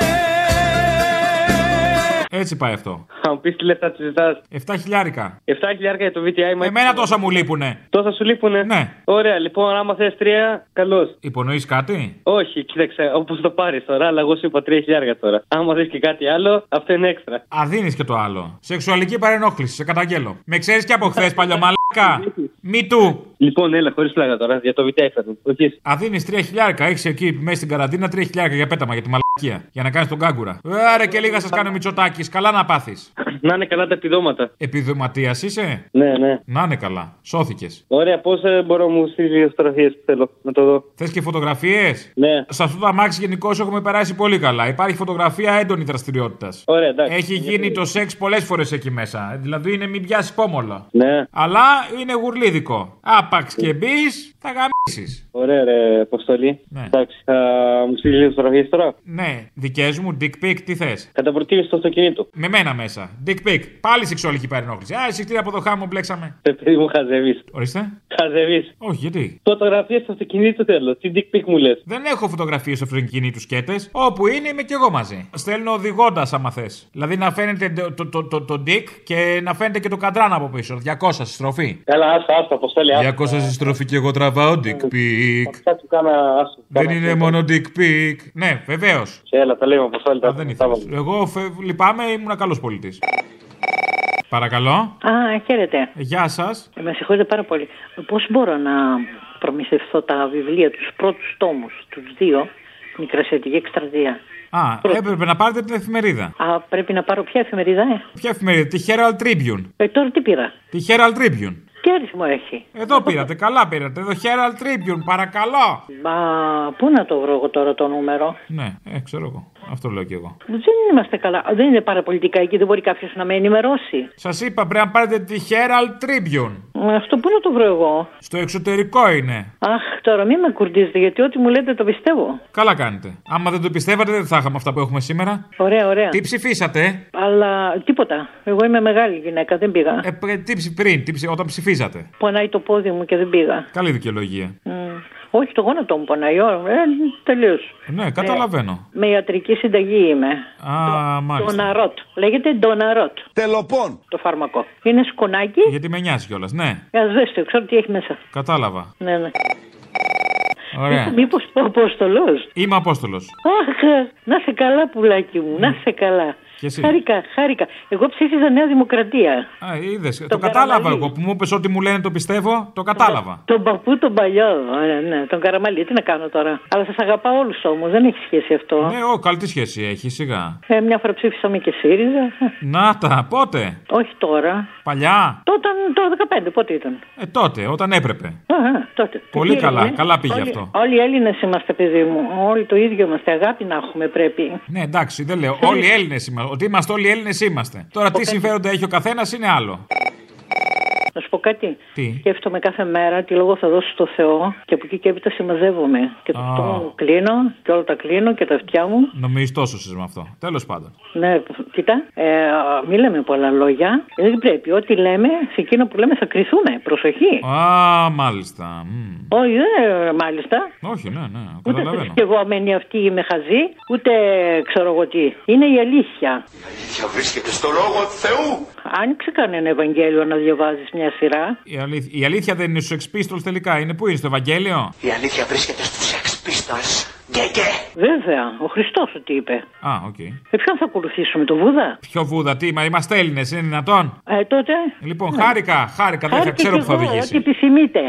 [SPEAKER 2] Έτσι πάει αυτό.
[SPEAKER 19] Θα μου πεις τι λεφτά τη ζητά.
[SPEAKER 2] 7 χιλιάρικα.
[SPEAKER 19] 7 χιλιάρικα για το VTI, μα.
[SPEAKER 2] Εμένα τόσα μου λείπουνε.
[SPEAKER 19] Τόσα σου λείπουνε.
[SPEAKER 2] Ναι.
[SPEAKER 19] Ωραία, λοιπόν, άμα θες τρία, καλώς.
[SPEAKER 2] Υπονοείς κάτι.
[SPEAKER 19] Όχι, κοίταξε, όπως το πάρεις τώρα, αλλά εγώ σου είπα 3 χιλιάρικα τώρα. Άμα δει και κάτι άλλο, αυτό είναι έξτρα.
[SPEAKER 2] Α, δίνεις και το άλλο. Σεξουαλική παρενόχληση, σε καταγγέλω. Με ξέρεις και από χθες παλιωμαλάκα. Μη του.
[SPEAKER 19] Λοιπόν, έλα, χωρίς πλάκα τώρα, για το VTI φέτο. Όχι.
[SPEAKER 2] Α, δίνεις 3 χιλιάρικα. Έχεις εκεί μέσα στην καραντίνα 3 χιλιάρικα για πέταμα για τη μαλακία. Για να κάνεις τον κάγκουρα. Άρα και λίγα σας κάνω μυτσοτάκι. Καλά να πάθεις.
[SPEAKER 19] Να είναι καλά τα επιδόματα.
[SPEAKER 2] Επιδοματίας είσαι.
[SPEAKER 19] Ναι, ναι.
[SPEAKER 2] Να είναι καλά. Σώθηκες.
[SPEAKER 19] Ωραία, πώς μπορώ να μου στείλεις τι φωτογραφίε που θέλω να το δω.
[SPEAKER 2] Θες και φωτογραφίες.
[SPEAKER 19] Ναι.
[SPEAKER 2] Σε αυτό το αμάξι γενικώ έχουμε περάσει πολύ καλά. Υπάρχει φωτογραφία έντονη δραστηριότητας.
[SPEAKER 19] Ωραία, εντάξει.
[SPEAKER 2] Έχει γίνει το σεξ πολλές φορές εκεί μέσα. Δηλαδή είναι μην πιάσεις πόμολο.
[SPEAKER 19] Ναι.
[SPEAKER 2] Αλλά είναι γουρλίδικο. Άπαξ και μπεις, θα γαμίσει.
[SPEAKER 19] Ωραία, ρε, Αποστολή. Εντάξει, θα μου στείλεις τι φωτογραφίες τώρα.
[SPEAKER 2] Ναι, δικές μου, dick pic, τι θες.
[SPEAKER 19] Κατά προτίμηση στο αυτοκίνητο.
[SPEAKER 2] Με μένα μέσα. Dick pic. Πάλι σεξουαλική παρενόχληση. Α, εσύ από το χάμο μπλέξαμε.
[SPEAKER 19] Ρε, Ε, παιδί μου, χαζεύεις.
[SPEAKER 2] Ορίστε.
[SPEAKER 19] Χαζεύεις.
[SPEAKER 2] Όχι, γιατί.
[SPEAKER 19] Φωτογραφίες στο αυτοκίνητο θέλω. Τι dick pic μου λες.
[SPEAKER 2] Δεν έχω φωτογραφίες στο αυτοκινήτου σκέτες. Όπου είναι είμαι κι εγώ μαζί. Στέλνω οδηγώντας, άμα θες. Δηλαδή να φαίνεται το, το, το, το, το dick και να φαίνεται και το καντράν από πίσω. 200 στη στροφή.
[SPEAKER 19] Καλά, άστα, άστα, Αποστολή. άστα. Ε,
[SPEAKER 2] 200 στη στροφή και εγώ τραβάω dick pic.
[SPEAKER 19] Θα του κάνω. άστα, του
[SPEAKER 2] Δεν
[SPEAKER 19] κάνω.
[SPEAKER 2] είναι μόνο dick pic. Ναι, βεβαίως.
[SPEAKER 19] Έλα, τα λέμε, Αποστολή. τα-
[SPEAKER 2] Δεν
[SPEAKER 19] τα
[SPEAKER 2] ήθελα.
[SPEAKER 19] βάλουμε.
[SPEAKER 2] Εγώ φε- λυπάμαι, ήμουν καλός πολιτής. Παρακαλώ.
[SPEAKER 21] Α, χαίρετε.
[SPEAKER 2] Γεια σας.
[SPEAKER 21] Ε, Με συγχωρείτε πάρα πολύ. Πώς μπορώ να προμηθευτώ τα βιβλία, τους πρώτους τόμους, τους δύο, Μικρασιατική Εκστρατεία.
[SPEAKER 2] Α, έπρεπε να πάρετε την εφημερίδα.
[SPEAKER 21] Α, πρέπει να πάρω ποια εφημερίδα, ε.
[SPEAKER 2] Ποια εφημερίδα, τη Herald Tribune.
[SPEAKER 21] ε τώρα τι πήρα.
[SPEAKER 2] Τη Herald Tribune.
[SPEAKER 21] Τι ε? αριθμό έχει.
[SPEAKER 2] Εδώ πήρατε, καλά πήρατε. Εδώ Herald Tribune, παρακαλώ.
[SPEAKER 21] Μα πού να το βρω εγώ τώρα το νούμερο.
[SPEAKER 2] Ναι, ε, ξέρω εγώ. Αυτό λέω κι εγώ.
[SPEAKER 21] Δεν είμαστε καλά. Δεν είναι παραπολιτικά εκεί, δεν μπορεί κάποιος να με ενημερώσει.
[SPEAKER 2] Σας είπα πρέπει να πάρετε τη Herald Tribune.
[SPEAKER 21] Μα αυτό πού να το βρω εγώ.
[SPEAKER 2] Στο εξωτερικό είναι.
[SPEAKER 21] Αχ, τώρα μην με κουρδίζετε, γιατί ό,τι μου λέτε το πιστεύω.
[SPEAKER 2] Καλά κάνετε. Άμα δεν το πιστεύατε, δεν θα είχαμε αυτά που έχουμε σήμερα.
[SPEAKER 21] Ωραία, ωραία.
[SPEAKER 2] Τι ψηφίσατε, ε?
[SPEAKER 21] Αλλά τίποτα. Εγώ είμαι μεγάλη γυναίκα, δεν πήγα.
[SPEAKER 2] ε, πρε- τι ψη- πριν, τι ψη- όταν ψηφίζατε.
[SPEAKER 21] Πονάει το πόδι μου και δεν πήγα.
[SPEAKER 2] Καλή δικαιολογία.
[SPEAKER 21] Μμ. Όχι, το γόνατο μου πονάει. ω, Ε, Τελείως.
[SPEAKER 2] Ναι, καταλαβαίνω.
[SPEAKER 21] Με ιατρική συνταγή είμαι.
[SPEAKER 2] Α, μάλιστα.
[SPEAKER 21] Ντοναρότ. Λέγεται Ντοναρότ.
[SPEAKER 2] Τελοπών.
[SPEAKER 21] Το φάρμακο. Είναι σκονάκι.
[SPEAKER 2] Γιατί με νοιάζει κιόλας, ναι.
[SPEAKER 21] Για δες το, ξέρω τι έχει μέσα.
[SPEAKER 2] Κατάλαβα.
[SPEAKER 21] Ναι, ναι.
[SPEAKER 2] Ωραία.
[SPEAKER 21] Μήπως πω Απόστολος.
[SPEAKER 2] Είμαι Απόστολος.
[SPEAKER 21] Αχ, ε, να σε καλά, πουλάκι μου, να σε καλά.
[SPEAKER 2] Και εσύ.
[SPEAKER 21] Χάρηκα, χάρηκα. Εγώ ψήφιζα Νέα Δημοκρατία.
[SPEAKER 2] Α, είδες. Το, Ναι. κατάλαβα εγώ που μου είπες ότι μου λένε το πιστεύω. Το κατάλαβα.
[SPEAKER 21] Τον παππού τον παλιό, ε, ναι, τον καραμαλί, τι να κάνω τώρα. Αλλά σας αγαπάω όλους όμως, δεν έχει σχέση αυτό.
[SPEAKER 2] Ναι, ω, καλή τι σχέση έχει, σιγά.
[SPEAKER 21] Ε, μια φορά ψήφισαμε και ΣΥΡΙΖΑ. Ε,
[SPEAKER 2] Να τα, πότε.
[SPEAKER 21] Όχι τώρα.
[SPEAKER 2] Παλιά.
[SPEAKER 21] Τότε ήταν το 15, πότε ήταν.
[SPEAKER 2] Ε, τότε, όταν έπρεπε.
[SPEAKER 21] Α, α, τότε.
[SPEAKER 2] Πολύ
[SPEAKER 21] Τι
[SPEAKER 2] καλά,
[SPEAKER 21] έγινε?
[SPEAKER 2] καλά πήγε
[SPEAKER 21] όλοι,
[SPEAKER 2] αυτό.
[SPEAKER 21] Όλοι οι Έλληνες είμαστε, παιδί μου. Όλοι το ίδιο είμαστε. Αγάπη να έχουμε πρέπει.
[SPEAKER 2] Ναι, εντάξει, δεν λέω. Όλοι Έλληνες είμαστε. Ότι είμαστε όλοι Έλληνες είμαστε. Τώρα τι συμφέροντα έχει ο καθένας είναι άλλο.
[SPEAKER 21] Να σου πω κάτι.
[SPEAKER 2] Τι.
[SPEAKER 21] Σκέφτομαι κάθε μέρα τι λόγο θα δώσω στο Θεό και από εκεί και έπειτα συμμαζεύομαι. Και το
[SPEAKER 2] Α.
[SPEAKER 21] αυτό μου κλείνω και όλα τα κλείνω και τα αυτιά μου.
[SPEAKER 2] Νομίζεις τόσο εσύ με αυτό. Τέλος πάντων.
[SPEAKER 21] Ναι, κοίτα, ε, μην λέμε πολλά λόγια. Ε, Δεν πρέπει. Ό,τι λέμε, σε εκείνο που λέμε θα κρυθούμε. Προσοχή.
[SPEAKER 2] Α, μάλιστα. Μμ.
[SPEAKER 21] Όχι, δεν μάλιστα.
[SPEAKER 2] Όχι, ναι, ναι,
[SPEAKER 21] Ούτε
[SPEAKER 2] καταλαβαίνω.
[SPEAKER 21] θρησκευόμενοι αυτοί είμαι χαζή, ούτε ξέρω εγώ τι. Είναι η αλήθεια.
[SPEAKER 12] Αλήθεια βρίσκεται στο λόγο του Θεού.
[SPEAKER 21] Άνοιξε κανένα Ευαγγέλιο να διαβάζεις μια σειρά.
[SPEAKER 2] Η, αλήθ- η αλήθεια δεν είναι στους Sex Pistols τελικά. Είναι πού είναι, στο Ευαγγέλιο.
[SPEAKER 12] Η αλήθεια βρίσκεται στους Sex Pistols. Γκέ, γκέ.
[SPEAKER 21] Βέβαια, ο Χριστός τι είπε.
[SPEAKER 2] Α, οκ.
[SPEAKER 21] Ε, ποιον θα ακολουθήσουμε, τον Βούδα.
[SPEAKER 2] Ποιο βούδα, τι, μα είμαστε Έλληνες, είναι δυνατόν.
[SPEAKER 21] Ε, τότε.
[SPEAKER 2] Λοιπόν, χάρηκα, χάρηκα,
[SPEAKER 21] Χάρηκα
[SPEAKER 2] δεν είχα- ξέρω
[SPEAKER 21] κι
[SPEAKER 2] που θα
[SPEAKER 21] εγώ,
[SPEAKER 2] οδηγήσει.
[SPEAKER 21] Ό,τι επιθυμείτε.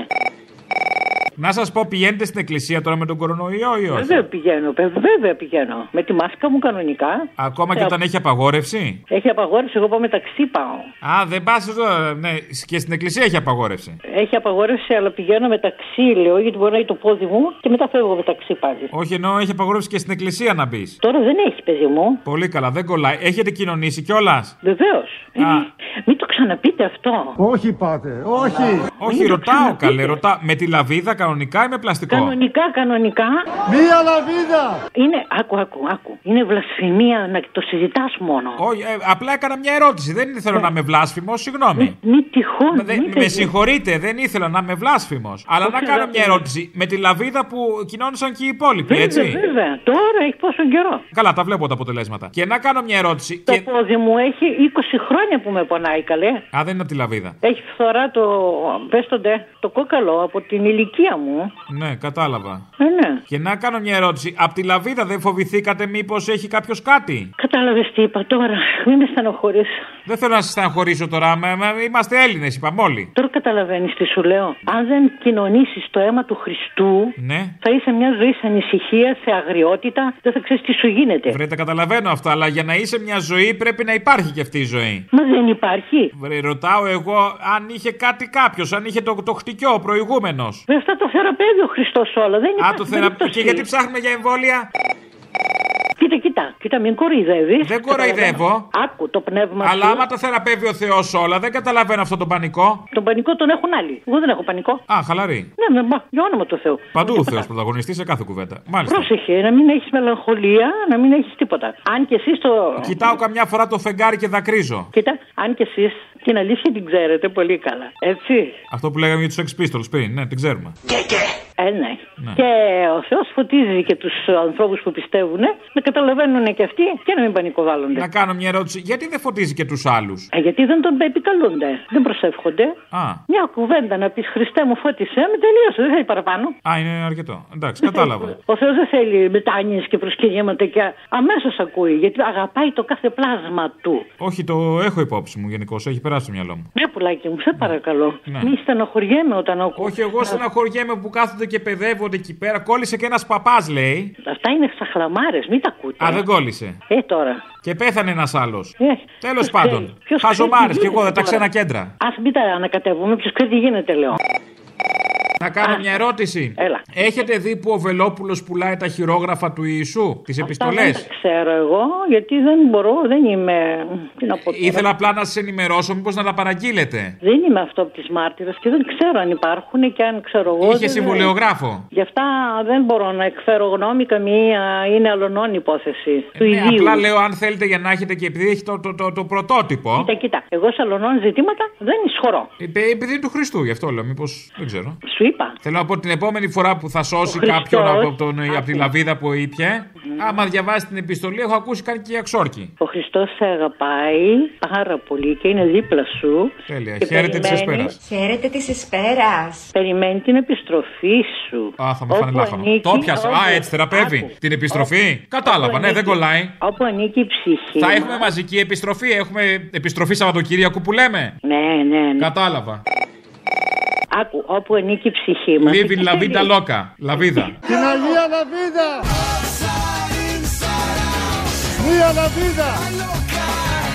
[SPEAKER 2] Να σας πω, πηγαίνετε στην εκκλησία τώρα με τον κορονοϊό ή όχι.
[SPEAKER 21] Βέβαια πηγαίνω, βε- βέβαια πηγαίνω. Με τη μάσκα μου κανονικά.
[SPEAKER 2] Ακόμα και
[SPEAKER 21] Ε,
[SPEAKER 2] όταν έχει απαγόρευση.
[SPEAKER 21] Έχει απαγόρευση, εγώ πάω μεταξύ πάω.
[SPEAKER 2] Α, δεν πας εδώ. Ναι, και στην εκκλησία έχει απαγόρευση.
[SPEAKER 21] Έχει απαγόρευση, αλλά πηγαίνω μεταξύ, λέω, γιατί μπορεί να είναι το πόδι μου και μετά φεύγω μεταξύ πάλι.
[SPEAKER 2] Όχι, ενώ έχει απαγόρευση και στην εκκλησία να μπεις.
[SPEAKER 21] Τώρα δεν έχει, παιδί μου.
[SPEAKER 2] Πολύ καλά, δεν κολλάει. Έχετε κοινωνήσει κιόλας.
[SPEAKER 21] Βεβαίως. Ε, Μην το ξαναπείτε αυτό.
[SPEAKER 2] Όχι, πάτε, όχι. Όχι, ρωτάω καλέ, ρωτάω. Με τη λαβίδα κανονικά ή με πλαστικό.
[SPEAKER 21] Κανονικά, κανονικά. Μία λαβίδα! Είναι, άκου, άκου, άκου. Είναι βλασφημία να το συζητάς μόνο. Ναι.
[SPEAKER 2] Όχι, ε, απλά έκανα μια ερώτηση. Δεν ήθελα να είμαι βλάσφημος, συγγνώμη.
[SPEAKER 21] Μη τυχόν.
[SPEAKER 2] Μα δεν-
[SPEAKER 21] μην
[SPEAKER 2] με
[SPEAKER 21] το-
[SPEAKER 2] συγχωρείτε, δεν ήθελα να είμαι βλάσφημος. Αλλά να
[SPEAKER 21] Όχι,
[SPEAKER 2] κάνω
[SPEAKER 21] δεν
[SPEAKER 2] μια
[SPEAKER 21] είναι.
[SPEAKER 2] ερώτηση. Με τη λαβίδα που κοινώνησαν και οι υπόλοιποι,
[SPEAKER 21] Βέβαια,
[SPEAKER 2] έτσι.
[SPEAKER 21] βέβαια. Τώρα έχει πόσο καιρό.
[SPEAKER 2] Καλά, τα βλέπω τα αποτελέσματα. Και να κάνω μια ερώτηση.
[SPEAKER 21] Το
[SPEAKER 2] Και...
[SPEAKER 21] πόδι μου έχει 20 χρόνια που με πονάει καλέ.
[SPEAKER 2] Α, δεν είναι από τη λαβίδα.
[SPEAKER 21] Έχει φθορά το, πες το ντε, το κόκαλο από την ηλικία μου.
[SPEAKER 2] Ναι, κατάλαβα.
[SPEAKER 21] Ε, ναι.
[SPEAKER 2] Και να κάνω μια ερώτηση. Απ' τη λαβίδα δεν φοβηθήκατε μήπως έχει κάποιος κάτι.
[SPEAKER 21] Κατάλαβες τι είπα τώρα, μην με στενοχωρείς.
[SPEAKER 2] Δεν θέλω να σα στεναχωρήσω τώρα. μα- μα- Είμαστε Έλληνες, είπαμε όλοι.
[SPEAKER 21] Τώρα καταλαβαίνεις τι σου λέω. Αν δεν κοινωνήσεις το αίμα του Χριστού,
[SPEAKER 2] Ναι.
[SPEAKER 21] θα είσαι μια ζωή σε ανησυχία, σε αγριότητα, δεν θα ξέρεις τι σου γίνεται.
[SPEAKER 2] Βρε, Ε, τα καταλαβαίνω αυτά, αλλά για να είσαι μια ζωή πρέπει να υπάρχει και αυτή η ζωή.
[SPEAKER 21] Μα δεν υπάρχει.
[SPEAKER 2] Βρε, ρωτάω εγώ αν είχε κάτι κάποιος, αν είχε το, το χτυκιό προηγούμενο.
[SPEAKER 21] Με αυτά το θεραπεύει ο Χριστός όλα. Δεν
[SPEAKER 2] Α,
[SPEAKER 21] υπάρχει
[SPEAKER 2] το θεραπευτικό.
[SPEAKER 21] περίπτωση.
[SPEAKER 2] Και γιατί ψάχνουμε για εμβόλια.
[SPEAKER 21] Κοίτα, κοίτα, κοίτα, μην κοροϊδεύεις.
[SPEAKER 2] Δεν κοροϊδεύω.
[SPEAKER 21] Άκου το πνεύμα
[SPEAKER 2] Αλλά
[SPEAKER 21] σου.
[SPEAKER 2] άμα τα θεραπεύει ο Θεός όλα, δεν καταλαβαίνω αυτό τον πανικό.
[SPEAKER 21] Τον πανικό τον έχουν άλλοι. Εγώ δεν έχω πανικό.
[SPEAKER 2] Α, χαλαρή.
[SPEAKER 21] Ναι, ναι, μα, για όνομα του Θεού.
[SPEAKER 2] Παντού ο Θεός πρωταγωνιστής σε κάθε κουβέντα. Μάλιστα.
[SPEAKER 21] Πρόσεχε, να μην έχεις μελαγχολία, να μην έχεις τίποτα. Αν και εσείς το.
[SPEAKER 2] Κοιτάω καμιά φορά το φεγγάρι και δακρύζω.
[SPEAKER 21] Κοίτα, αν και εσείς την αλήθεια την ξέρετε πολύ καλά. Έτσι.
[SPEAKER 2] Αυτό που λέγαμε για τους Sex Pistols πριν, ναι, την ξέρουμε.
[SPEAKER 21] Ε, ναι.
[SPEAKER 2] Ναι.
[SPEAKER 21] Και ο Θεός φωτίζει και τους ανθρώπους που πιστεύουν να καταλαβαίνουν και αυτοί και να μην πανικοβάλλονται.
[SPEAKER 2] Να κάνω μια ερώτηση. Γιατί δεν φωτίζει και τους άλλους.
[SPEAKER 21] Ε, γιατί δεν τον επικαλούνται, δεν προσεύχονται.
[SPEAKER 2] Α.
[SPEAKER 21] Μια κουβέντα να πεις Χριστέ μου, φώτισε με, τελείωσε, δεν θέλει παραπάνω.
[SPEAKER 2] Α, είναι αρκετό. Εντάξει, κατάλαβα.
[SPEAKER 21] Ο Θεός δεν θέλει μετάνοιες και προσκυνήματα και αμέσως ακούει, γιατί αγαπάει το κάθε πλάσμα του.
[SPEAKER 2] Όχι, το έχω υπόψη μου γενικώς. Έχει περάσει το μυαλό μου.
[SPEAKER 21] Ναι, πουλάκι μου, σε παρακαλώ.
[SPEAKER 2] Ναι.
[SPEAKER 21] Μη στενοχωριέμαι όταν ακούω.
[SPEAKER 2] Όχι, εγώ στεναχωριέμαι που κάθονται κάθονται και παιδεύονται εκεί πέρα. Κόλλησε και ένας παπάς, λέει.
[SPEAKER 21] Αυτά είναι ξαχλαμάρες, μην τα ακούτε.
[SPEAKER 2] Α, δεν κόλλησε.
[SPEAKER 21] Ε, τώρα.
[SPEAKER 2] Και πέθανε ένας άλλος.
[SPEAKER 21] Ε,
[SPEAKER 2] Τέλος
[SPEAKER 21] ποιος ξέρει,
[SPEAKER 2] πάντων.
[SPEAKER 21] ποιος ξέρει
[SPEAKER 2] Χαζομάρε
[SPEAKER 21] τι
[SPEAKER 2] και εγώ,
[SPEAKER 21] γίνεται
[SPEAKER 2] δεν τα
[SPEAKER 21] τώρα.
[SPEAKER 2] ξένα κέντρα.
[SPEAKER 21] Ας μην τα ανακατεύουμε, ποιος ξέρει τι γίνεται, λέω.
[SPEAKER 2] Να κάνω μια ερώτηση. Έχετε δει που ο Βελόπουλος πουλάει τα χειρόγραφα του Ιησού, τις
[SPEAKER 21] Αυτά δεν
[SPEAKER 2] επιστολέ.
[SPEAKER 21] τα ξέρω εγώ, γιατί δεν μπορώ, δεν είμαι. Τι να πω τώρα.
[SPEAKER 2] Ήθελα απλά να σας ενημερώσω, μήπως να τα παραγγείλετε.
[SPEAKER 21] Δεν είμαι αυτό από τις μάρτυρες και δεν ξέρω αν υπάρχουν και αν ξέρω εγώ.
[SPEAKER 2] Είχε
[SPEAKER 21] δεν-
[SPEAKER 2] συμβολιογράφο.
[SPEAKER 21] Γι' αυτά δεν μπορώ να εκφέρω γνώμη καμία. Είναι αλλονών υπόθεση του
[SPEAKER 2] Ναι,
[SPEAKER 21] ιδίου.
[SPEAKER 2] απλά λέω αν θέλετε για να έχετε και επειδή έχει το, το, το, το πρωτότυπο.
[SPEAKER 21] Κοίτα, κοίτα. Εγώ σε αλλονών ζητήματα δεν ισχωρώ.
[SPEAKER 2] επε- Επειδή είναι του Χριστού, γι' αυτό λέω, μήπως. Δεν ξέρω.
[SPEAKER 21] Σου είπα.
[SPEAKER 2] Θέλω να πω την επόμενη φορά που θα σώσει
[SPEAKER 21] Ο Χριστός-
[SPEAKER 2] κάποιον από, τον, από τη λαβίδα που ήπια, άμα διαβάσει την επιστολή, έχω ακούσει κάνει και αξόρκη.
[SPEAKER 21] Ο Χριστός σε αγαπάει πάρα πολύ και είναι δίπλα σου.
[SPEAKER 2] Τέλεια.
[SPEAKER 21] Και
[SPEAKER 2] Χαίρετε της
[SPEAKER 21] περιμένει-
[SPEAKER 2] Εσπέρας.
[SPEAKER 21] Χαίρετε της Εσπέρας. Περιμένει την επιστροφή σου.
[SPEAKER 2] Α, θα με φάνε
[SPEAKER 21] Όπου
[SPEAKER 2] λάχανο.
[SPEAKER 21] ανήκει,
[SPEAKER 2] Το πιάσα. Α, ε-
[SPEAKER 21] όπου-
[SPEAKER 2] έτσι θεραπεύει. Την επιστροφή. Κατάλαβα, ναι, δεν
[SPEAKER 21] ανήκει.
[SPEAKER 2] κολλάει.
[SPEAKER 21] Όπου ανήκει η ψυχή.
[SPEAKER 2] Θα
[SPEAKER 21] μας.
[SPEAKER 2] έχουμε μαζική επιστροφή. Έχουμε επιστροφή Σαββατοκύριακου που λέμε.
[SPEAKER 21] Ναι, ναι, ναι.
[SPEAKER 2] Κατάλαβα.
[SPEAKER 21] Άκου, όπου ανήκει η ψυχή μας.
[SPEAKER 2] Λίβιν Λαβίντα Λόκα. Λαβίδα.
[SPEAKER 22] Την Αγία Λαβίδα! Μία Λαβίδα!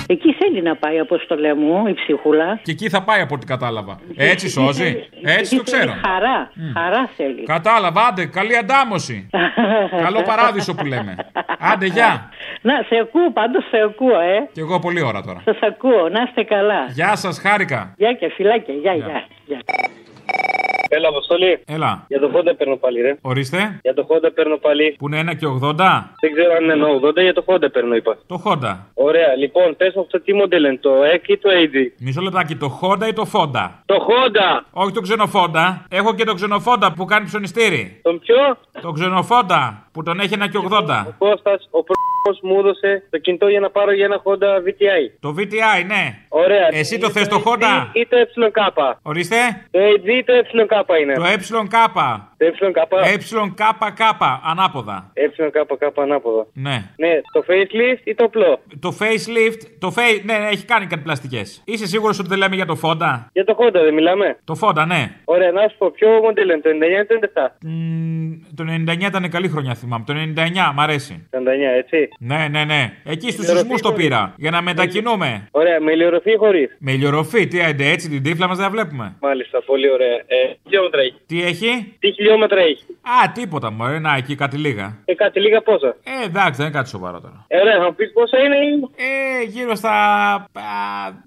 [SPEAKER 21] Εκεί θέλει να πάει, αποστολέ μου, η ψυχούλα.
[SPEAKER 2] Και εκεί θα πάει από ό,τι κατάλαβα. Έτσι σώζει. Έτσι το ξέρω.
[SPEAKER 21] Χαρά, χαρά θέλει.
[SPEAKER 2] Κατάλαβα, άντε, καλή αντάμωση. Καλό παράδεισο που λέμε. Άντε, γεια.
[SPEAKER 21] Να, σε ακούω, πάντως σε ακούω, ε.
[SPEAKER 2] Κι εγώ πολλή ώρα τώρα.
[SPEAKER 21] Σας ακούω, να είστε καλά.
[SPEAKER 2] Γεια σας, χάρηκα.
[SPEAKER 21] Γεια και φιλάκια, γεια, γεια. γεια.
[SPEAKER 19] Έλα, Αποστολή.
[SPEAKER 2] Έλα.
[SPEAKER 19] Για το Honda παίρνω πάλι, ρε.
[SPEAKER 2] Ορίστε.
[SPEAKER 19] Για το Honda παίρνω πάλι.
[SPEAKER 2] Που είναι 1 και 80.
[SPEAKER 19] Δεν ξέρω αν είναι 80, για το Honda παίρνω, είπα.
[SPEAKER 2] Το Honda.
[SPEAKER 19] Ωραία, λοιπόν, πες μου αυτό τι μοντέλο είναι, το EC ή το AD.
[SPEAKER 2] Μισό λεπτάκι, το Honda ή το Fonda.
[SPEAKER 19] Το Honda!
[SPEAKER 2] Όχι το ξενοφόντα. Έχω και το ξενοφόντα που κάνει ψωνιστήρι.
[SPEAKER 19] Τον ποιο?
[SPEAKER 2] Το ξενοφόντα που τον έχει ένα και 80.
[SPEAKER 19] Κώστας, ο προ μου έδωσε το κινητό για να πάρω για ένα Honda VTI.
[SPEAKER 2] Το VTI, ναι.
[SPEAKER 19] Ωραία. Ε,
[SPEAKER 2] Εσύ το θες το Honda.
[SPEAKER 19] Ή το Ε ΕΚ.
[SPEAKER 2] Ορίστε.
[SPEAKER 19] Το AD ή Ε, το ΕΚ είναι.
[SPEAKER 2] Το ε ΕΚ.
[SPEAKER 19] Το ε ΕΚ.
[SPEAKER 2] ΕΚΚ. Ανάποδα.
[SPEAKER 19] ΕΚ Ε ανάποδα.
[SPEAKER 2] Ναι.
[SPEAKER 19] Ναι, το facelift ή το απλό.
[SPEAKER 2] Το facelift. Το face... Ναι, ναι, έχει κάνει κάτι πλαστικές. Είσαι σίγουρος ότι δεν λέμε για το Honda.
[SPEAKER 19] Για το Honda δεν μιλάμε.
[SPEAKER 2] Το Honda, ναι.
[SPEAKER 19] Ωραία, να σου πω ποιο μοντέλο είναι, το 99 ή το 97.
[SPEAKER 2] Το 99 ήταν καλή χρονιά, θυμάμαι. Το 99, μ' αρέσει.
[SPEAKER 19] 99, έτσι.
[SPEAKER 2] Ναι, ναι, ναι. Εκεί στους σεισμούς το πήρα. Για να μετακινούμε.
[SPEAKER 19] Ωραία, με ηλιορροφή ή χωρί.
[SPEAKER 2] Με ηλιορροφή, τι άντε, έτσι την τύφλα μας δεν τα βλέπουμε.
[SPEAKER 19] Μάλιστα, πολύ ωραία. Ε, χιλιόμετρα έχει.
[SPEAKER 2] Τι έχει?
[SPEAKER 19] Τι χιλιόμετρα έχει.
[SPEAKER 2] Α, τίποτα μωρέ, να εκεί κάτι λίγα.
[SPEAKER 19] Ε, κάτι λίγα πόσα.
[SPEAKER 2] Ε, εντάξει, δεν είναι κάτι σοβαρό τώρα.
[SPEAKER 19] Ε, ωραία, θα μου πεις πόσα είναι. ή-
[SPEAKER 2] Ε, γύρω στα α,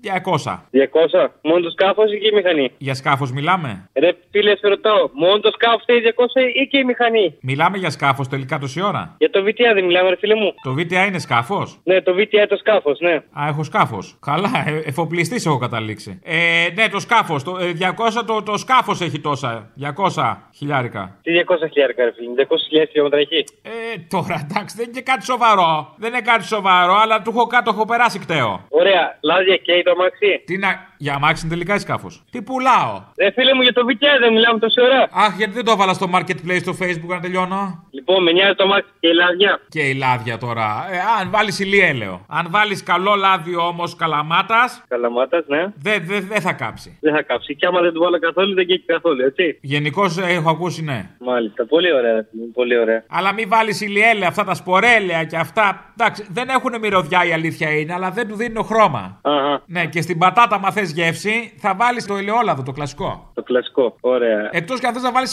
[SPEAKER 2] 200.
[SPEAKER 19] 200. Μόνο το σκάφος ή και η μηχανή.
[SPEAKER 2] Για σκάφος μιλάμε.
[SPEAKER 19] Ρε, φίλε, σε ρωτάω. Μόνο το σκάφος θέλει 200 ή και η μηχανή.
[SPEAKER 2] Μιλάμε για σκάφος τελικά τόση ώρα.
[SPEAKER 19] Για το VTI δεν μιλάμε, ρε φίλε μου.
[SPEAKER 2] Το VTA είναι σκάφος.
[SPEAKER 19] Ναι, το VTI το σκάφος, ναι.
[SPEAKER 2] Α, έχω σκάφος. Καλά, ε, εφοπλιστής έχω καταλήξει. Ε, ναι, το σκάφος. Το, ε, 200 το, το σκάφος έχει τόσα. 200 χιλιάρικα.
[SPEAKER 19] Τι 200 χιλιάρικα, ρε φίλε. 200 χιλιόμετρα έχει.
[SPEAKER 2] Ε, τώρα εντάξει, δεν είναι και κάτι σοβαρό. Δεν είναι κάτι σοβαρό, αλλά του έχω κάτω, έχω περάσει κταίο.
[SPEAKER 19] Ωραία, λάδια καίει το αμάξι.
[SPEAKER 2] Τι να. Για αμάξι είναι τελικά σκάφος. Τι πουλάω.
[SPEAKER 19] Ρε φίλε μου, για το VTI δεν μιλάμε τόση ώρα.
[SPEAKER 2] Αχ, γιατί δεν το έβαλα στο marketplace στο facebook να τελειώνω.
[SPEAKER 19] Λοιπόν, με νοιάζει το αμάξι και η λάδια.
[SPEAKER 2] Και η λάδια τώρα. Ε, αν βάλεις ηλιέλαιο. Αν βάλεις καλό λάδι όμως καλαμάτας.
[SPEAKER 19] Καλαμάτας, ναι.
[SPEAKER 2] Δεν δε, δε θα κάψει.
[SPEAKER 19] Δεν θα κάψει. Και άμα δεν του βάλω καθόλου, δεν καίει καθόλου, έτσι.
[SPEAKER 2] Γενικώς έχω ακούσει ναι.
[SPEAKER 19] Μάλιστα, πολύ ωραία, ρε φίλε μου, πολύ ωραία.
[SPEAKER 2] Αλλά μην βάλει ηλιέλαια, αυτά τα σπορέλαια και αυτά. Εντάξει, δεν έχουν μυρωδιά η αλήθεια είναι, αλλά δεν του δίνουν χρώμα.
[SPEAKER 19] Αχα,
[SPEAKER 2] Ναι, και στην πατάτα, μα θε γεύση, θα βάλεις το ελαιόλαδο, το κλασικό.
[SPEAKER 19] το κλασικό. Ωραία.
[SPEAKER 2] Εκτός και αν θες να βάλεις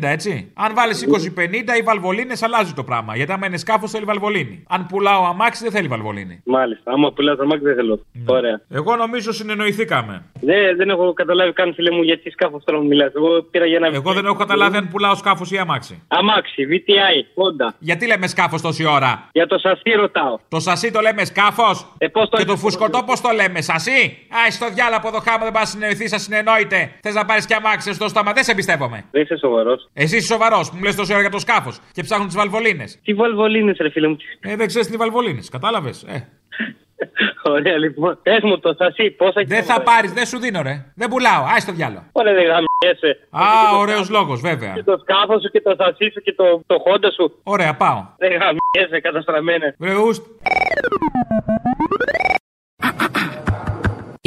[SPEAKER 2] 20-50, έτσι. Αν βάλεις 20-50, οι βαλβολίνες αλλάζει το πράγμα. Γιατί άμα είναι σκάφος θέλει βαλβολίνη. Αν πουλάω αμάξι, δεν θέλει βαλβολίνη.
[SPEAKER 19] Μάλιστα. Άμα πουλάς αμάξι, δεν θέλω. Ωραία.
[SPEAKER 2] Ναι.
[SPEAKER 19] Ναι,
[SPEAKER 2] Εγώ νομίζω συνεννοηθήκαμε.
[SPEAKER 19] Δεν, δεν έχω καταλάβει καν, φίλε μου, γιατί σκάφος τώρα μου μιλάς. Εγώ πήρα για ένα.
[SPEAKER 2] Εγώ δεν έχω καταλάβει αν πουλάω σκάφος ή αμάξι.
[SPEAKER 19] Αμάξι, VTI, Honda.
[SPEAKER 2] Γιατί λέμε σκάφος τόση ώρα.
[SPEAKER 19] Για το σασί ρωτάω. Ε,
[SPEAKER 2] Το σασί το λέμε σκάφος. και το φουσκωτό πώς το λέμε, σασί. Α, στο διάλα από εδώ χάμα δεν πας συνεννοηθείς, σας συνεννόητε. Θες να πάρεις και αμάξι, στο στόμα δεν σε εμπιστεύομαι.
[SPEAKER 19] Δεν είσαι σοβαρός.
[SPEAKER 2] Εσύ είσαι σοβαρός που μου λες τόση ώρα για το σκάφος και ψάχνουν τις βαλβολίνες.
[SPEAKER 19] Τι βαλβολίνες, ρε φίλε μου.
[SPEAKER 2] Ε, δεν ξέρεις τι βαλβολίνες, κατάλαβες. Ε.
[SPEAKER 19] Ωραία, λοιπόν. Πες μου το σασί, πόσα
[SPEAKER 2] Δεν θα πάρεις, δεν σου δίνω ρε. Δεν πουλάω, α το διάλο.
[SPEAKER 19] Ωραία, δεν γαμιέσαι.
[SPEAKER 2] Α, ωραίο λόγος, βέβαια.
[SPEAKER 19] Και το σκάφος σου και το σασί σου και το, το Honda σου.
[SPEAKER 2] Ωραία, πάω.
[SPEAKER 19] Δεν γαμιέσαι, καταστραμμένε.
[SPEAKER 2] Βρε, ουστ.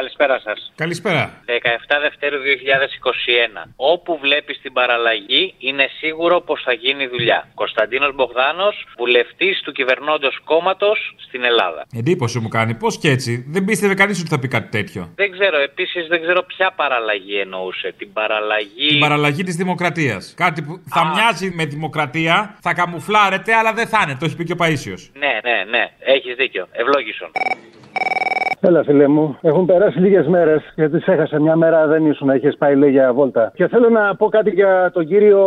[SPEAKER 23] Καλησπέρα σας.
[SPEAKER 2] Καλησπέρα.
[SPEAKER 23] 17 Δευτέρου 2021. Όπου βλέπεις την παραλλαγή, είναι σίγουρο πως θα γίνει δουλειά. Κωνσταντίνος Μπογδάνος, βουλευτής του κυβερνώντος κόμματος στην Ελλάδα.
[SPEAKER 2] Εντύπωση μου κάνει. Πώς και έτσι. Δεν πίστευε κανείς ότι θα πει κάτι τέτοιο.
[SPEAKER 23] Δεν ξέρω, επίσης δεν ξέρω ποια παραλλαγή εννοούσε. Την παραλλαγή.
[SPEAKER 2] Την παραλλαγή της δημοκρατίας. Κάτι που θα μοιάζει με δημοκρατία, θα καμουφλάρεται, αλλά δεν θα είναι. Το έχει πει και ο Παίσιος.
[SPEAKER 23] Ναι, ναι, ναι. Έχεις δίκιο. Ευλόγησον.
[SPEAKER 3] Έλα, φίλε μου. Έχουν περάσει λίγες μέρες γιατί σε έχασα. Μια μέρα δεν ήσουν, είχες πάει λέει για βόλτα. Και θέλω να πω κάτι για τον κύριο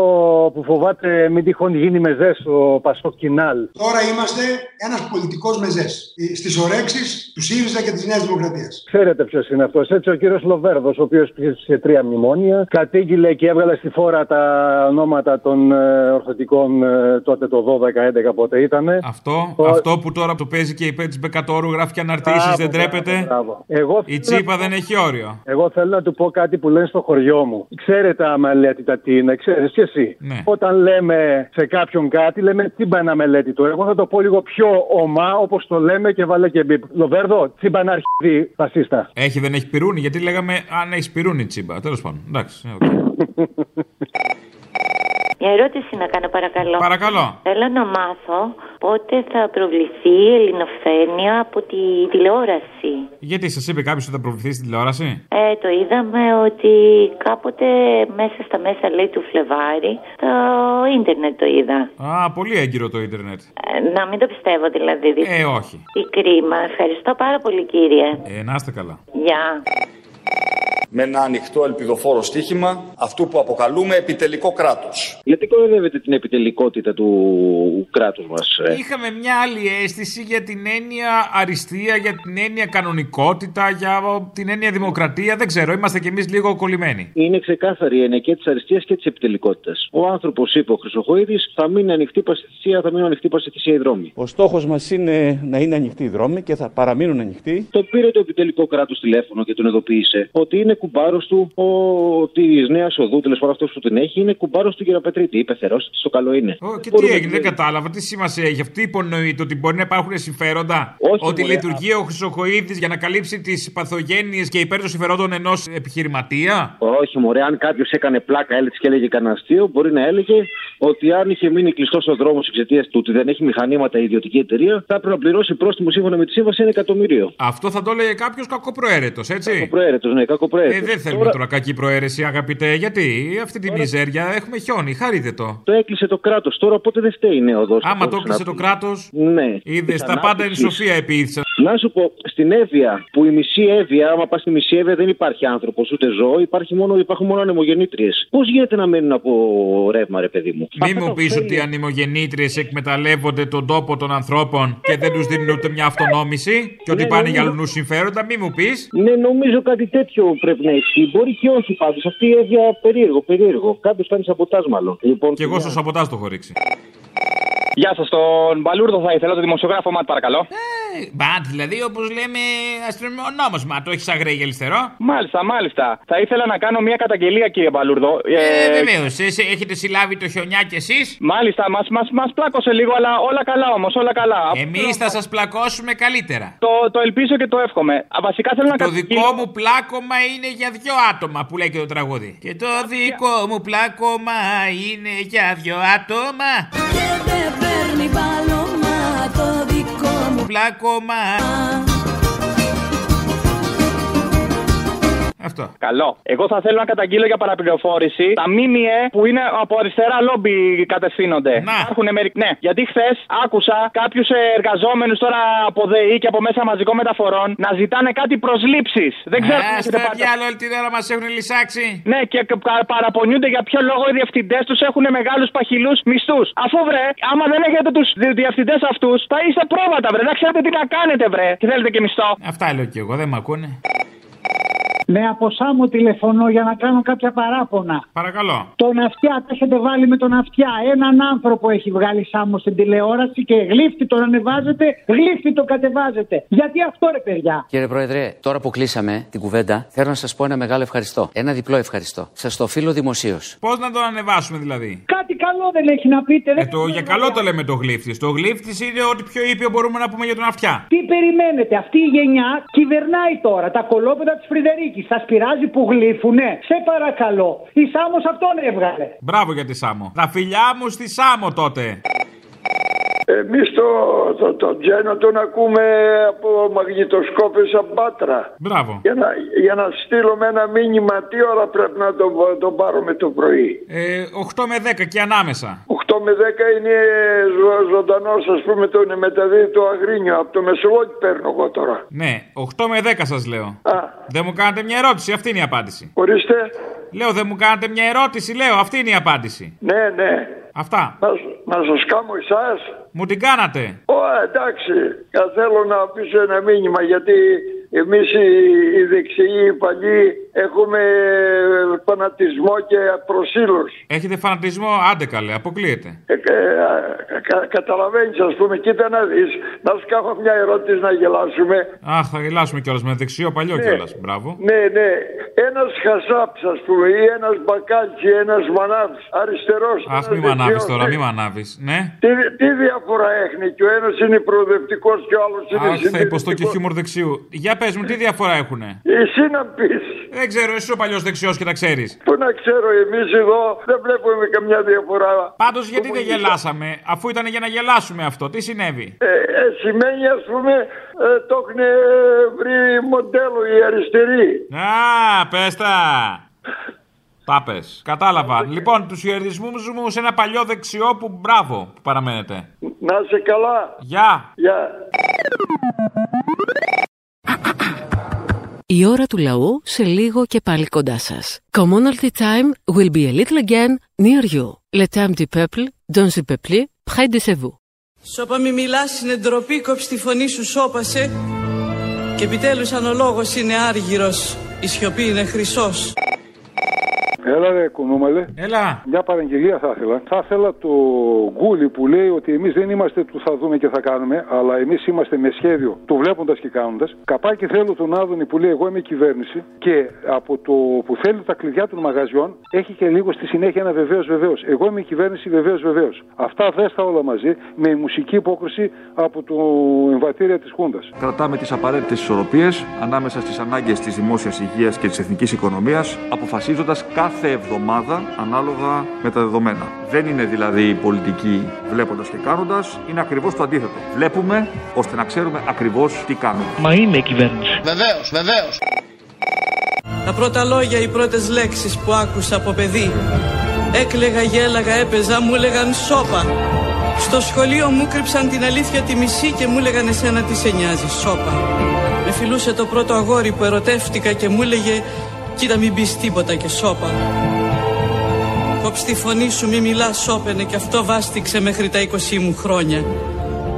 [SPEAKER 3] που φοβάται μην τυχόν γίνει μεζές, ο Πασό Κινάλ.
[SPEAKER 24] Τώρα είμαστε ένας πολιτικός μεζές στις ορέξεις Ε, του ΣΥΡΙΖΑ και της Νέας Δημοκρατίας.
[SPEAKER 3] Ξέρετε ποιος είναι αυτός. Έτσι, ο κύριος Λοβέρδος, ο οποίος ψήφισε τρία μνημόνια, κατήγγειλε και έβγαλε στη φόρα τα ονόματα των ε, ορθωτικών ε, τότε το 12-11 πότε ήταν.
[SPEAKER 2] Αυτό,
[SPEAKER 3] Ο-
[SPEAKER 2] αυτό που τώρα το παίζει και υπέρ τη Μπεκατόρου, γράφει και αναρτήσει,
[SPEAKER 3] Μπράβο,
[SPEAKER 2] δεν τρέπεται.
[SPEAKER 3] Εγώ
[SPEAKER 2] Η τσίπα δεν έχει όριο.
[SPEAKER 3] Εγώ θέλω να του πω κάτι που λένε στο χωριό μου. Ξέρετε αμελέτητα τι είναι, ξέρεις και εσύ.
[SPEAKER 2] Ναι.
[SPEAKER 3] Όταν λέμε σε κάποιον κάτι, λέμε τσίμπα είναι αμελέτητο. Εγώ θα το πω λίγο πιο ομά, όπως το λέμε και βάλε και μπιπ. Λοβέρδο, τσίμπα είναι αρχιδί, φασίστα.
[SPEAKER 2] Έχει, δεν έχει πυρούνι, γιατί λέγαμε ναι, αν έχεις πυρούνι τσίμπα. Τέλος πάντων. Εντάξει. ε, οκ.
[SPEAKER 25] Μια ερώτηση να κάνω παρακαλώ.
[SPEAKER 2] Παρακαλώ.
[SPEAKER 25] Θέλω να μάθω πότε θα προβληθεί η ελληνοφρένεια από τη τηλεόραση.
[SPEAKER 2] Γιατί σας είπε κάποιος ότι θα προβληθεί στην τηλεόραση.
[SPEAKER 25] Ε, το είδαμε ότι κάποτε μέσα στα μέσα λέει του Φλεβάρι το ίντερνετ το είδα.
[SPEAKER 2] Α, πολύ έγκυρο το ίντερνετ.
[SPEAKER 25] Ε, να μην το πιστεύω δηλαδή.
[SPEAKER 2] Ε, όχι.
[SPEAKER 25] Η κρίμα. Ευχαριστώ πάρα πολύ κύριε.
[SPEAKER 2] Ε, να είστε καλά.
[SPEAKER 25] Γεια.
[SPEAKER 7] Με ένα ανοιχτό ελπιδοφόρο στοίχημα αυτού που αποκαλούμε επιτελικό κράτος.
[SPEAKER 1] Γιατί κοροϊδεύετε την επιτελικότητα του ε? κράτους μας.
[SPEAKER 2] Είχαμε μια άλλη αίσθηση για την έννοια αριστεία, για την έννοια κανονικότητα, για την έννοια δημοκρατία. Δεν ξέρω, είμαστε κι εμείς λίγο κολλημένοι.
[SPEAKER 1] Είναι ξεκάθαρη η έννοια και της αριστείας και της επιτελικότητας. Ο άνθρωπος, είπε ο Χρυσοχοίδης, θα μείνει ανοιχτή πασιτησία, θα μείνουν ανοιχτή πασιτησία οι δρόμοι.
[SPEAKER 26] Ο στόχος μας είναι να είναι ανοιχτοί οι δρόμοι και θα παραμείνουν ανοιχτοί.
[SPEAKER 1] Το πήρε το επιτελικό κράτος τηλέφωνο και τον ειδοποίησε ότι είναι κουμπάρος του τη νέας οδού, τέλος πάντων αυτός που την έχει, είναι κουμπάρος του Γεραπετρίτη. Είπε θερός, στο καλό είναι.
[SPEAKER 2] Ω, Και τι έγινε, δεν κατάλαβα, τι σημασία έχει. Αυτή υπονοείται ότι μπορεί να υπάρχουν συμφέροντα.
[SPEAKER 1] Όχι,
[SPEAKER 2] ότι
[SPEAKER 1] μωρέ,
[SPEAKER 2] λειτουργεί ο Χρυσοκοίδη για να καλύψει τις παθογένειες και υπέρ των συμφερόντων ενός επιχειρηματία.
[SPEAKER 1] Όχι, μωρέ, αν κάποιος έκανε πλάκα έλεξη και έλεγε κανένα αστείο, μπορεί να έλεγε ότι αν είχε μείνει κλειστό ο δρόμος εξαιτίας του ότι δεν έχει μηχανήματα η ιδιωτική εταιρεία, θα έπρεπε να πληρώσει πρόστιμο σύμφωνα με τη σύμβαση ένα εκατομμύριο.
[SPEAKER 2] Αυτό θα το έλεγε κάποιος κακοπροαίρετος, έτσι.
[SPEAKER 1] Προαίρετο, ναι, κακοπροαίρετος.
[SPEAKER 2] Ε, δεν θέλουμε τώρα κακή προαίρεση, αγαπητέ, γιατί αυτή τη μιζέρια έχουμε χιόνι, χαρείτε το.
[SPEAKER 1] Το έκλεισε το κράτος. Τώρα πότε δεν φταίει η νέο οδό.
[SPEAKER 2] Άμα το έκλεισε το κράτος.
[SPEAKER 1] Ναι.
[SPEAKER 2] Είδες,
[SPEAKER 1] Της
[SPEAKER 2] τα πάντα είναι
[SPEAKER 1] ανάπτυξης.
[SPEAKER 2] σοφία επίηθησαν.
[SPEAKER 1] Να σου πω, στην Εύβοια, που η μισή Εύβοια, άμα πας στη μισή Εύβοια δεν υπάρχει άνθρωπος ούτε ζώο, υπάρχει μόνο, υπάρχουν μόνο ανεμογεννήτριες. Πώς γίνεται να μένουν από ρεύμα, ρε παιδί μου.
[SPEAKER 2] Μη μου πεις ότι οι ανημογεννήτριε εκμεταλλεύονται τον τόπο των ανθρώπων και δεν τους δίνουν ούτε μια αυτονόμηση και ότι
[SPEAKER 1] Ναι,
[SPEAKER 2] πάνε
[SPEAKER 1] νομίζω.
[SPEAKER 2] για λουνού συμφέροντα, μη μου πεις.
[SPEAKER 1] Ναι, νομίζω κάτι τέτοιο πρέπει να ισχύει. Μπορεί και όχι πάντως. Αυτή η Εύβοια περίεργο, περίεργο. Κάποιος κάνει σαμποτάζ μάλλον. Λοιπόν,
[SPEAKER 2] Και εγώ στο σαμποτάζ το έχω ρίξει.
[SPEAKER 5] Γεια σας, τον Μπαλούρδο θα ήθελα, τον δημοσιογράφο Ματ, παρακαλώ.
[SPEAKER 2] Ε. Μπαντ, δηλαδή, όπως λέμε, αστυνομικό μα το έχει αγρέγει αριστερό.
[SPEAKER 5] Μάλιστα, μάλιστα. Θα ήθελα να κάνω μια καταγγελία, κύριε Μπαλούρδο.
[SPEAKER 2] Ε, Βεβαίω, έχετε συλλάβει το χιονιά κι εσείς.
[SPEAKER 5] Μάλιστα, μας μας, μας πλάκωσε λίγο, αλλά όλα καλά όμως, όλα καλά.
[SPEAKER 2] Εμείς θα σας πλακώσουμε καλύτερα.
[SPEAKER 5] Το, το ελπίζω και το εύχομαι. Α, Βασικά θέλω να
[SPEAKER 2] Το
[SPEAKER 5] καταγγείλω-
[SPEAKER 2] δικό μου πλάκωμα είναι για δυο άτομα που λέει και το τραγούδι. Και το δικό μου πλάκωμα είναι για δυο άτομα.
[SPEAKER 14] Και δεν παίρνει πάλωμα το δικό μου
[SPEAKER 2] πλάκωμα. Αυτό.
[SPEAKER 5] Καλό. Εγώ θα θέλω να καταγγείλω για παραπληροφόρηση τα ΜΜΕ που είναι από αριστερά λόμπι κατευθύνονται.
[SPEAKER 2] Να.
[SPEAKER 5] Υπάρχουν μερικ... Ναι, γιατί χθες άκουσα κάποιους εργαζόμενους τώρα από ΔΕΗ και από μέσα μαζικών μεταφορών να ζητάνε κάτι προσλήψεις. Δεν ξέρω. αν
[SPEAKER 2] Α,
[SPEAKER 5] έχετε
[SPEAKER 2] στο
[SPEAKER 5] πάρει-
[SPEAKER 2] διάλογο όλη την ώρα μας έχουν λυσάξει.
[SPEAKER 5] Ναι, και κα- παραπονιούνται για ποιο λόγο οι διευθυντές τους έχουν μεγάλους παχυλούς μισθούς. Αφού βρε, άμα δεν έχετε τους διευθυντές αυτούς, θα είστε
[SPEAKER 2] Ναι.
[SPEAKER 5] πρόβατα, βρε. Δεν ξέρετε τι να κάνετε, βρε. Και θέλετε και μισθό.
[SPEAKER 2] Αυτά λέω κι εγώ, δεν με ακούνε.
[SPEAKER 27] Ναι, από Σάμο τηλεφωνώ για να κάνω κάποια παράπονα.
[SPEAKER 2] Παρακαλώ.
[SPEAKER 27] Τον αυτιά, τα έχετε βάλει με τον αυτιά. Έναν άνθρωπο έχει βγάλει Σάμο στην τηλεόραση και γλύφτη τον ανεβάζετε, γλύφτη τον κατεβάζετε. Γιατί αυτό ρε παιδιά.
[SPEAKER 28] Κύριε Πρόεδρε, τώρα που κλείσαμε την κουβέντα, θέλω να σας πω ένα μεγάλο ευχαριστώ. Ένα διπλό ευχαριστώ. Σας το οφείλω δημοσίως.
[SPEAKER 2] Πώς να τον ανεβάσουμε δηλαδή.
[SPEAKER 27] Κάτι καλό δεν έχει να πείτε.
[SPEAKER 2] Ε, το, για καλό το λέμε το γλύφτης. Το γλύφτης είναι ότι πιο ήπιο μπορούμε να πούμε για τον αυτιά.
[SPEAKER 27] Τι περιμένετε, αυτή η γενιά κυβερνάει τώρα. Τα κολόπεδα της Φρυδερίκης. Σας πειράζει που γλύφουνε. Σε παρακαλώ. Η Σάμος αυτόν έβγαλε.
[SPEAKER 2] Μπράβο για τη Σάμο. Τα φιλιά μου στη Σάμο τότε.
[SPEAKER 29] Εμείς το, το, το Τζένο τον ακούμε από μαγνητοσκόπες από Πάτρα.
[SPEAKER 2] Μπράβο.
[SPEAKER 29] Για να, για να στείλουμε ένα μήνυμα, τι ώρα πρέπει να τον, τον πάρουμε το πρωί.
[SPEAKER 2] Ε, 8 με 10 και ανάμεσα.
[SPEAKER 29] 8 με 10 είναι ζω, ζωντανός, ας πούμε, τον μεταδίδει το Αγρίνιο. Από το Μεσολόγιο παίρνω εγώ τώρα.
[SPEAKER 2] Ναι, 8 με 10 σας λέω. Δεν μου κάνετε μια ερώτηση, αυτή είναι η απάντηση.
[SPEAKER 29] Ορίστε.
[SPEAKER 2] Λέω, δεν μου κάνετε μια ερώτηση, λέω, αυτή είναι η απάντηση.
[SPEAKER 29] Ναι, ναι.
[SPEAKER 2] Αυτά.
[SPEAKER 29] Να, σ- να σας κάνω εσάς.
[SPEAKER 2] Μου την κάνατε.
[SPEAKER 29] Ω, εντάξει. Ε, Θέλω να πεις ένα μήνυμα γιατί εμείς οι, οι δεξιοί οι παλιοί έχουμε ε, φανατισμό και προσήλωση.
[SPEAKER 2] Έχετε φανατισμό, άντε καλέ, αποκλείεται.
[SPEAKER 29] Ε, ε, α, κα, καταλαβαίνεις ας πούμε, κοίτα να δεις, να σου κάνω μια ερώτηση να γελάσουμε.
[SPEAKER 2] Αχ, θα γελάσουμε κιόλας με δεξιό παλιό
[SPEAKER 29] Ναι.
[SPEAKER 2] κιόλας. Μπράβο.
[SPEAKER 29] Ναι, ναι, ένας χασάπς ας πούμε ή ένας μπακάλτσι, ένας μανάβης, αριστερός.
[SPEAKER 2] Αχ,
[SPEAKER 29] ένας
[SPEAKER 2] μη μ' ανάβει
[SPEAKER 29] δεξιός,
[SPEAKER 2] τώρα,
[SPEAKER 29] ναι.
[SPEAKER 2] μη μ' ανάβει. Ναι.
[SPEAKER 29] Τι, τι διαφορά έχει και ο ένας είναι προοδευτικός και ο άλλος είναι
[SPEAKER 2] Αχ, θα υποστώ και
[SPEAKER 29] συντηρητικός.
[SPEAKER 2] χιούμορ δεξιού. Για πες μου, τι διαφορά έχουνε.
[SPEAKER 29] Εσύ να πεις.
[SPEAKER 2] Δεν ξέρω, εσύ ο παλιός δεξιός και τα ξέρεις.
[SPEAKER 29] Πού να ξέρω εμείς εδώ δεν βλέπουμε καμιά διαφορά.
[SPEAKER 2] Πάντως γιατί δεν γελάσαμε, αφού ήταν για να γελάσουμε αυτό, τι συνέβη.
[SPEAKER 29] Ε, ε, σημαίνει ας πούμε ε, το έχουν βρει μοντέλο οι αριστεροί.
[SPEAKER 2] Α, πες Ναι, τα. Τα πες. Κατάλαβα. Λοιπόν, τους χαιρετισμούς μου σε ένα παλιό δεξιό που μπράβο που παραμένετε.
[SPEAKER 29] Να είσαι καλά.
[SPEAKER 2] Γεια.
[SPEAKER 29] Γεια.
[SPEAKER 30] Η ώρα του λαού σε λίγο και πάλι κοντά σας. Commonalty time will be a little again near you. Le temps du peuple, dans le peuple, près de chez vous.
[SPEAKER 31] Σώπα μη μιλάς είναι ντροπή, κόψ τη φωνή σου σώπασε Και επιτέλους αν ο λόγος είναι άργυρος, η σιωπή είναι χρυσός
[SPEAKER 32] Έλα ρε κουνούμαλε.
[SPEAKER 2] Έλα.
[SPEAKER 32] Μια παραγγελία θα ήθελα. Θα ήθελα το γκούλι που λέει ότι εμείς δεν είμαστε του θα δούμε και θα κάνουμε, αλλά εμείς είμαστε με σχέδιο του βλέποντας και κάνοντας. Καπάκι θέλω τον Άδωνη που λέει εγώ είμαι η κυβέρνηση και από το που θέλει τα κλειδιά των μαγαζιών έχει και λίγο στη συνέχεια ένα βεβαίως βεβαίως. Εγώ είμαι η κυβέρνηση βεβαίως βεβαίως. Αυτά δες τα όλα μαζί με η μουσική υπόκριση από το εμβατήρια της Χούντας. Κρατάμε τις απαραίτητες ισορροπίες ανάμεσα στις ανάγκες της δημόσιας υγείας και της εθνικής οικονομίας, αποφασίζοντας κάθε εβδομάδα ανάλογα με τα δεδομένα. Δεν είναι δηλαδή η πολιτική βλέποντας και κάνοντας, είναι ακριβώς το αντίθετο. Βλέπουμε ώστε να ξέρουμε ακριβώς τι κάνουμε.
[SPEAKER 31] Μα είμαι η κυβέρνηση
[SPEAKER 32] Βεβαίως, βεβαίως.
[SPEAKER 31] Τα πρώτα λόγια, οι πρώτες λέξεις που άκουσα από παιδί Έκλεγα, γέλαγα, έπαιζα, μου έλεγαν σώπα Στο σχολείο μου κρύψαν την αλήθεια τη μισή και μου έλεγαν εσένα τι σε νοιάζει, σώπα Με φιλούσε το πρώτο αγόρι που ερωτεύτηκα και μου έλεγε Κοίτα μην πεις τίποτα και σώπα Κόψ τη φωνή σου μη μιλάς σώπαινε και αυτό βάστηξε μέχρι τα 20 μου χρόνια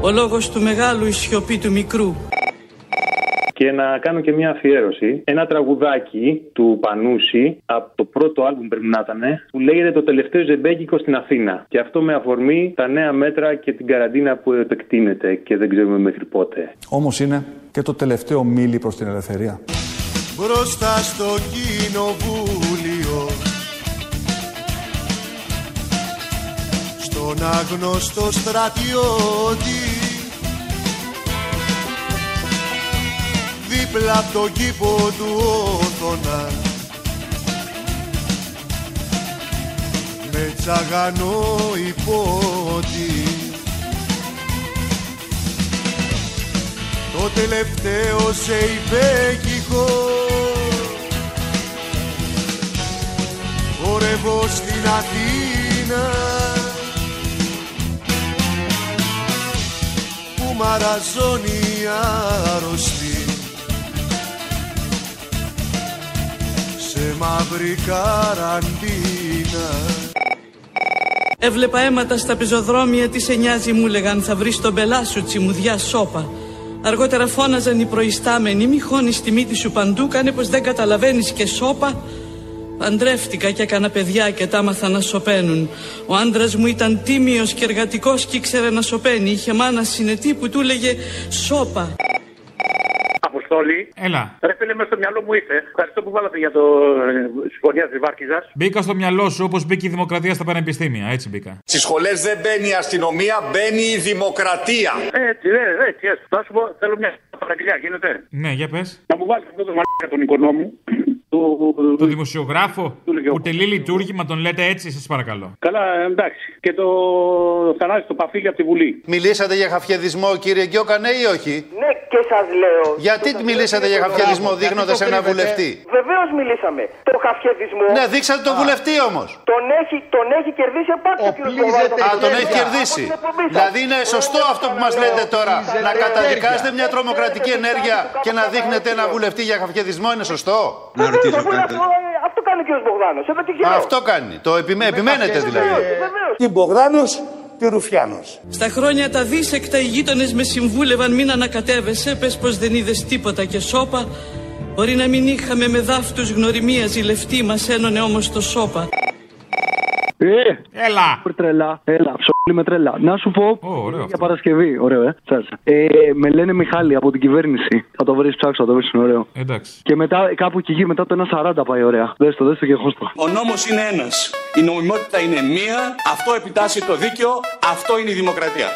[SPEAKER 31] Ο λόγος του μεγάλου η σιωπή του μικρού
[SPEAKER 19] και να κάνω και μια αφιέρωση. Ένα τραγουδάκι του Πανούση από το πρώτο άλμπουμ πρέπει να ήταν που λέγεται Το τελευταίο ζεμπέκικο στην Αθήνα. Και αυτό με αφορμή τα νέα μέτρα και την καραντίνα που επεκτείνεται και δεν ξέρουμε μέχρι πότε.
[SPEAKER 7] Όμως είναι και το τελευταίο μίλι προς την ελευθερία.
[SPEAKER 33] μπροστά στο κοινοβούλιο στον άγνωστο στρατιώτη δίπλα από τον κήπο του Όθωνα με τσαγανό υπότι το τελευταίο σε υπέκυχο χορεύω στην Αθήνα που μ' αραζώνει άρρωστη σε μαύρη καραντίνα
[SPEAKER 31] Έβλεπα αίματα στα πεζοδρόμια, τι σε νοιάζει μου λέγαν θα βρεις τον πελάσου τσιμουδιά σώπα. Αργότερα φώναζαν οι προϊστάμενοι, μη χώνεις τη μύτη σου παντού, κάνε πως δεν καταλαβαίνεις και σώπα. Παντρεύτηκα και έκανα παιδιά και τα άμαθα να σωπαίνουν. Ο άντρας μου ήταν τίμιος και εργατικός και ήξερε να σωπαίνει. Είχε μάνα συνετή που του έλεγε σώπα.
[SPEAKER 3] Αποστόλη.
[SPEAKER 2] Έλα.
[SPEAKER 3] Ρε φίλε, μέσα στο μυαλό μου ήρθε. Ευχαριστώ που βάλατε για το ε, συμφωνία της Βάρκηζας.
[SPEAKER 2] Μπήκα στο μυαλό σου όπως μπήκε η δημοκρατία στα πανεπιστήμια. Έτσι μπήκα.
[SPEAKER 7] Στις σχολές δεν μπαίνει η αστυνομία, μπαίνει η δημοκρατία.
[SPEAKER 3] Έτσι, ρε, έτσι. έτσι. Θα σου πω, θέλω μια παραγγελία, γίνεται.
[SPEAKER 2] Ναι, για πες.
[SPEAKER 3] Να μου βάλεις αυτό το μαλάκα τον οικονόμου. Του...
[SPEAKER 2] Το δημοσιογράφο που τελεί λειτουργήμα τον λέτε έτσι, σας παρακαλώ.
[SPEAKER 3] Καλά, εντάξει. Και το θανάσι το παφίλι από τη Βουλή.
[SPEAKER 12] Μιλήσατε για χαφιαδισμό, κύριε Γκιόκα, ναι ή όχι.
[SPEAKER 16] Ναι, και σας λέω.
[SPEAKER 12] Γιατί μιλήσατε για χαφιαδισμό δείχνοντα ένα βουλευτή.
[SPEAKER 16] Βεβαίως μιλήσαμε. Το χαφιαδισμό.
[SPEAKER 12] Ναι, δείξατε τον βουλευτή όμως.
[SPEAKER 16] Τον έχει, τον έχει κερδίσει απάντηση. Ο
[SPEAKER 12] Α, τον έχει κερδίσει. Δηλαδή είναι σωστό αυτό που μας λέτε τώρα. Να καταδικάσετε μια τρομοκρατική ενέργεια και να δείχνετε ένα βουλευτή για χαφιαδισμό είναι σωστό.
[SPEAKER 16] Να ρωτήσω κάτι. Αυτό κάνει ο κ. Μπογδάνο.
[SPEAKER 12] Αυτό κάνει. Το
[SPEAKER 16] Ναι,
[SPEAKER 12] επιμέ- επιμένετε δηλαδή.
[SPEAKER 14] Τι Μπογδάνος, τι Ρουφιάνος.
[SPEAKER 31] Στα χρόνια τα δίσεκτα οι γείτονες με συμβούλευαν μην ανακατεύεσαι, πες πως δεν είδες τίποτα και σώπα. Μπορεί να μην είχαμε με δάφτους γνωριμία ζηλευτή, μας ένωνε όμως το σώπα.
[SPEAKER 1] Ε,
[SPEAKER 2] Έλα.
[SPEAKER 1] τρελά. Έλα, ψωλή με τρελά. Να σου πω για Παρασκευή. Ωραίο, ε. Τσάσα. Ε, με λένε Μιχάλη από την κυβέρνηση. Θα το βρεις, ψάξω, θα το βρεις, είναι ωραίο.
[SPEAKER 2] Εντάξει.
[SPEAKER 1] Και μετά, κάπου εκεί γύρω μετά το 1,40 πάει ωραία. Δες το, δες το και χώστο.
[SPEAKER 5] Ο νόμος είναι ένας. Η νομιμότητα είναι μία. Αυτό επιτάσσει το δίκαιο. Αυτό είναι η δημοκρατία.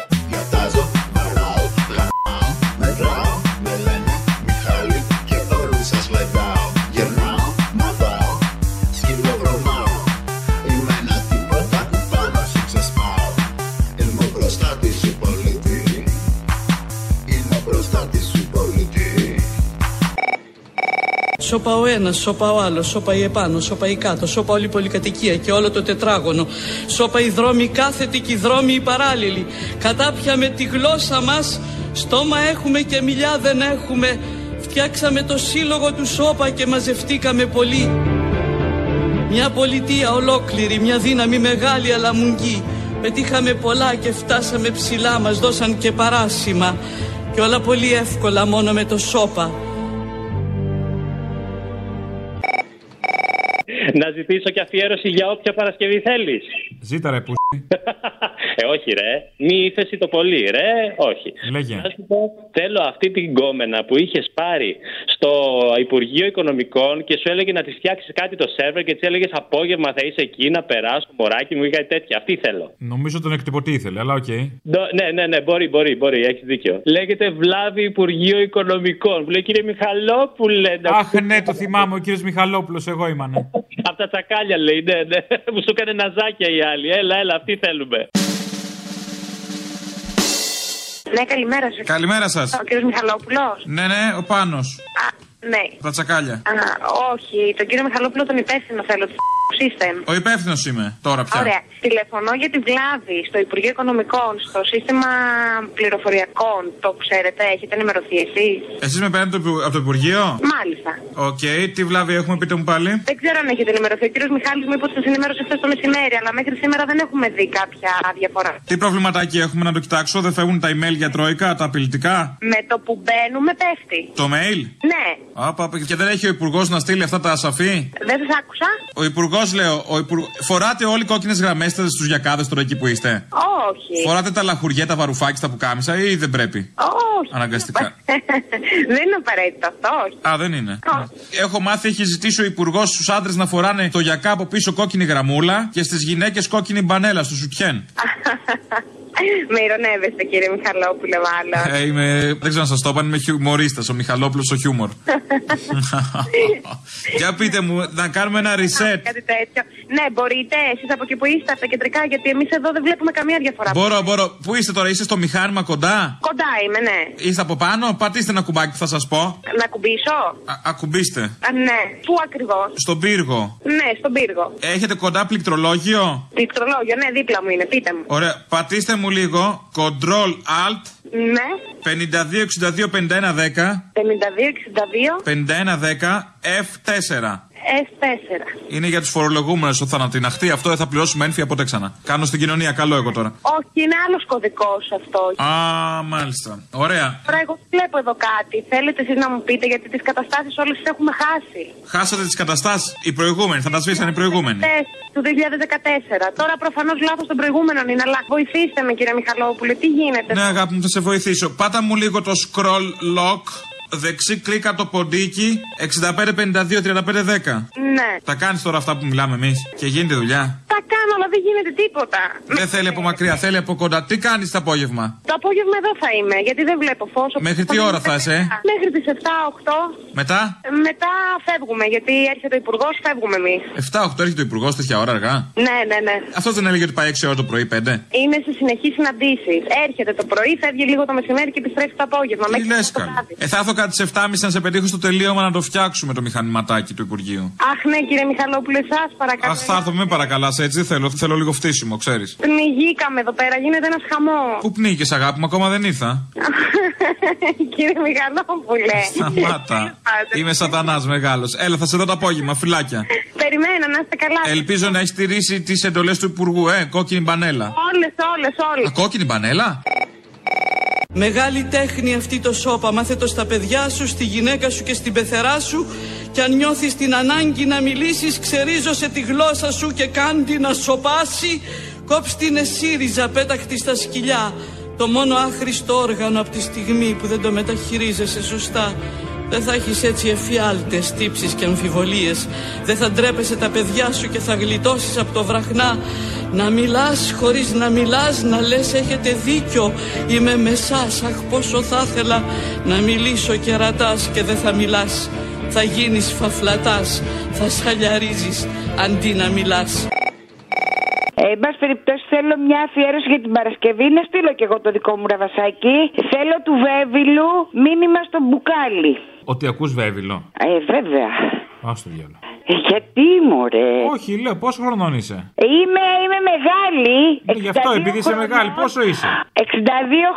[SPEAKER 31] Σώπα ο ένας, σώπα ο άλλος, σώπα η επάνω, σώπα η κάτω, σώπα όλη η πολυκατοικία και όλο το τετράγωνο. Σώπα οι δρόμοι κάθετοι και οι δρόμοι οι παράλληλοι. Κατάπια με τη γλώσσα μας, στόμα έχουμε και μιλιά δεν έχουμε. Φτιάξαμε το σύλλογο του σώπα και μαζευτήκαμε πολύ. Μια πολιτεία ολόκληρη, μια δύναμη μεγάλη αλλά μουγγή. Πετύχαμε πολλά και φτάσαμε ψηλά, μας δώσαν και παράσημα. Και όλα πολύ εύκολα μόνο με το σώπα.
[SPEAKER 19] Να ζητήσω και αφιέρωση για όποια Παρασκευή θέλεις.
[SPEAKER 2] Ζήτα ρε που.
[SPEAKER 19] Ε, όχι, ρε. Μη ύφεση το πολύ, ρε. Όχι.
[SPEAKER 2] Λέγε.
[SPEAKER 19] Να σου πω, θέλω αυτή την κόμενα που είχες πάρει στο Υπουργείο Οικονομικών και σου έλεγε να της φτιάξεις κάτι το σερβερ και της έλεγες Απόγευμα θα είσαι εκεί να περάσω, μωράκι μου ή κάτι τέτοιο. Αυτή θέλω.
[SPEAKER 2] Νομίζω τον εκτυπωτή ήθελε, αλλά οκ.
[SPEAKER 19] Ντο- Ναι, ναι, ναι, μπορεί, μπορεί, μπορεί, έχεις δίκιο. Λέγεται Βλάβη Υπουργείο Οικονομικών. Που λέει κύριε Μιχαλόπουλε. να-
[SPEAKER 2] Αχ, ναι, το θυμάμαι, ο κύριος Μιχαλόπουλος, εγώ ναι. ήμουν.
[SPEAKER 19] Απ' τα τσακάλια λέει, ναι, ναι. Μου σου έκανε ναζάκια οι άλλοι. Έλα, έλα, αυτή θέλουμε.
[SPEAKER 8] Ναι, καλημέρα σας.
[SPEAKER 2] Καλημέρα σας.
[SPEAKER 8] Ο κύριος Μιχαλόπουλος.
[SPEAKER 2] Ναι, ναι, ο πάνω.
[SPEAKER 8] Ναι.
[SPEAKER 2] Τα τσακάλια.
[SPEAKER 8] Α, όχι, τον κύριο Μιχαλόπουλο τον υπεύθυνο θέλω. του System.
[SPEAKER 2] Ο υπεύθυνος είμαι τώρα
[SPEAKER 8] Ωραία. Τηλεφωνώ για τη βλάβη στο Υπουργείο Οικονομικών, στο σύστημα πληροφοριακών. Το ξέρετε, έχετε ενημερωθεί εσείς.
[SPEAKER 2] Εσείς με παίρνετε από το Υπουργείο.
[SPEAKER 8] Μάλιστα.
[SPEAKER 2] Οκ, τι βλάβη έχουμε, πείτε μου πάλι.
[SPEAKER 8] Δεν ξέρω αν έχετε ενημερωθεί. Ο κύριος Μιχάλης μου είπε ότι σας ενημέρωσε χθες το μεσημέρι, αλλά μέχρι σήμερα δεν έχουμε δει κάποια διαφορά.
[SPEAKER 2] Τι προβληματάκι έχουμε να το κοιτάξω, δεν φεύγουν τα email για τρόικα, τα απειλητικά.
[SPEAKER 8] Με το που μπαίνουμε πέφτει.
[SPEAKER 2] Το mail.
[SPEAKER 8] Ναι.
[SPEAKER 2] Άπα, άπα, και δεν έχει ο υπουργός να στείλει αυτά τα ασαφή.
[SPEAKER 8] Δεν σας άκουσα.
[SPEAKER 2] Ο υπουργός, λέω, ο υπουργ... φοράτε όλοι κόκκινες γραμμές στους γιακάδες τώρα εκεί που είστε.
[SPEAKER 8] Όχι.
[SPEAKER 2] Φοράτε τα λαχουριέ, τα βαρουφάκι, στα πουκάμισα ή δεν πρέπει.
[SPEAKER 8] Όχι.
[SPEAKER 2] Αναγκαστικά.
[SPEAKER 8] δεν είναι απαραίτητο αυτό, όχι.
[SPEAKER 2] Α, δεν είναι. Έχω μάθει, έχει ζητήσει ο υπουργός στους άντρες να φοράνε το γιακά από πίσω κόκκινη γραμμούλα και στις γυναίκες κόκκινη μπανέλα στο σουτιέν.
[SPEAKER 8] Με ηρωνεύεστε κύριε Μιχαλόπουλε μάλλον.
[SPEAKER 2] Ε, είμαι... Δεν ξέρω να σας το είπα, είμαι χιουμορίστας, ο Μιχαλόπουλος ο χιούμορ. Για πείτε μου, να κάνουμε ένα reset.
[SPEAKER 8] Κάτι τέτοιο. Ναι, μπορείτε εσείς από εκεί που είστε, από τα κεντρικά, γιατί εμείς εδώ δεν βλέπουμε καμία διαφορά.
[SPEAKER 2] Μπορώ, μπορώ. Πού είστε τώρα, είστε στο μηχάνημα κοντά.
[SPEAKER 8] Κοντά είμαι, ναι.
[SPEAKER 2] Είστε από πάνω, πατήστε ένα κουμπάκι που θα σας πω.
[SPEAKER 8] Να κουμπίσω.
[SPEAKER 2] Α- ακουμπήστε.
[SPEAKER 8] Α, ναι. Πού ακριβώς.
[SPEAKER 2] Στον πύργο.
[SPEAKER 8] Ναι, στον πύργο.
[SPEAKER 2] Έχετε κοντά πληκτρολόγιο.
[SPEAKER 8] Πληκτρολόγιο, ναι, δίπλα μου είναι, πείτε μου.
[SPEAKER 2] Ωραία, πατήστε μου λίγο. Control Alt
[SPEAKER 8] Ναι,
[SPEAKER 2] 52 62 51 10
[SPEAKER 8] 52-62,
[SPEAKER 2] 51 10 F4.
[SPEAKER 8] S4.
[SPEAKER 2] Είναι για τους φορολογούμενους ο θανατιναχτή. Αυτό δεν θα πληρώσουμε ένφια ποτέ ξανά. Κάνω στην κοινωνία, καλό εγώ τώρα.
[SPEAKER 8] Όχι, είναι άλλος κωδικός αυτό.
[SPEAKER 2] Α, μάλιστα. Ωραία.
[SPEAKER 8] Τώρα εγώ βλέπω εδώ κάτι. Θέλετε εσείς να μου πείτε γιατί τις καταστάσεις όλες τις έχουμε χάσει.
[SPEAKER 2] Χάσατε τις καταστάσεις οι προηγούμενοι, θα τα σβήσαν οι προηγούμενοι.
[SPEAKER 8] Χτες, του 2014. Τώρα προφανώς λάθος των προηγούμενων είναι, αλλά βοηθήστε με κύριε Μιχαλόπουλε, τι γίνεται.
[SPEAKER 2] Ναι, αγάπη μου, θα σε βοηθήσω. Πάτα μου λίγο το scroll lock. Δεξί κλίκα το ποντίκι 65-52-35-10.
[SPEAKER 8] Ναι.
[SPEAKER 2] Τα κάνεις τώρα αυτά που μιλάμε εμείς και γίνεται δουλειά.
[SPEAKER 8] Τα κάνω, αλλά δεν γίνεται τίποτα.
[SPEAKER 2] Δεν θέλει από μακριά, θέλει από κοντά. Τι κάνεις το απόγευμα.
[SPEAKER 8] Το απόγευμα εδώ θα είμαι, γιατί δεν βλέπω φως.
[SPEAKER 2] Μέχρι τι ώρα θα είσαι, ε?
[SPEAKER 8] Μέχρι τις 7-8.
[SPEAKER 2] Μετά
[SPEAKER 8] Μετά φεύγουμε, γιατί έρχεται ο υπουργός, φεύγουμε εμείς.
[SPEAKER 2] 7-8 έρχεται ο υπουργός τέτοια ώρα αργά.
[SPEAKER 8] Ναι, ναι, ναι.
[SPEAKER 2] Αυτός δεν έλεγε ότι πάει 6 ώρα το πρωί, 5.
[SPEAKER 8] Είναι σε συνεχείς συναντήσεις. Έρχεται το πρωί, φεύγει λίγο το μεσημέρι και επιστρέφει το απόγευμα.
[SPEAKER 2] Τι λε, Ε, θα έρθω κάτι σε 7.30 να σε πετύχω στο τελείωμα να το φτιάξουμε το μηχανηματάκι του Υπουργείου.
[SPEAKER 8] Αχ, ναι, κύριε Μιχαλόπουλε, σας παρακαλώ.
[SPEAKER 2] Αχ, θα έρθω, με παρακαλάς, έτσι δεν θέλω. Θέλω λίγο φτύσιμο, ξέρεις.
[SPEAKER 8] Πνιγήκαμε εδώ πέρα, γίνεται ένας χαμός.
[SPEAKER 2] Πού πνίγηκε, αγάπη μου, ακόμα δεν ήρθα.
[SPEAKER 8] κύριε Μιχαλόπουλε.
[SPEAKER 2] Σταμάτα. Είμαι σατανάς μεγάλος. Έλα, θα σε δω το απόγευμα, φυλάκια.
[SPEAKER 8] Περιμένω να είστε καλά.
[SPEAKER 2] Ελπίζω να έχεις τηρήσει τις εντολές του Υπουργού, ε, κόκκινη μπανέλα.
[SPEAKER 8] Όλες, όλες, όλες.
[SPEAKER 2] Α, Ε, κόκκινη μπανέλα.
[SPEAKER 31] Μεγάλη τέχνη αυτή το σώπα, μάθε το στα παιδιά σου, στη γυναίκα σου και στην πεθερά σου και αν νιώθεις την ανάγκη να μιλήσεις, ξερίζωσε τη γλώσσα σου και κάν την να σοπάσει, κόψ την εσύριζα, πέταχτη στα σκυλιά, το μόνο άχρηστο όργανο από τη στιγμή που δεν το μεταχειρίζεσαι σωστά. Δεν θα έχεις έτσι εφιάλτες, τύψεις και αμφιβολίες. Δεν θα ντρέπεσαι τα παιδιά σου και θα γλιτώσεις από το βραχνά. Να μιλάς χωρίς να μιλάς, να λες έχετε δίκιο. Είμαι με σας, αχ πόσο θα ήθελα να μιλήσω και ρατάς και δεν θα μιλάς. Θα γίνεις φαφλατάς, θα σχαλιαρίζεις αντί να μιλάς.
[SPEAKER 4] Ε, εν πάση περιπτώσει, θέλω μια αφιέρωση για την Παρασκευή. Να στείλω κι εγώ το δικό μου ραβασάκι. Θέλω του Βέβυλου μήνυμα στο μπουκάλι.
[SPEAKER 2] Ότι ακούς βέβυλο.
[SPEAKER 4] Ε, βέβαια.
[SPEAKER 2] Α το διάλογο.
[SPEAKER 4] Ε, γιατί μωρέ.
[SPEAKER 2] Όχι, λέω, πόσο χρονών είσαι.
[SPEAKER 4] Ε, Είμαι, είμαι μεγάλη.
[SPEAKER 2] Ναι, γι' αυτό,
[SPEAKER 4] 62
[SPEAKER 2] επειδή είσαι
[SPEAKER 4] χρονών.
[SPEAKER 2] μεγάλη, πόσο είσαι.
[SPEAKER 4] 62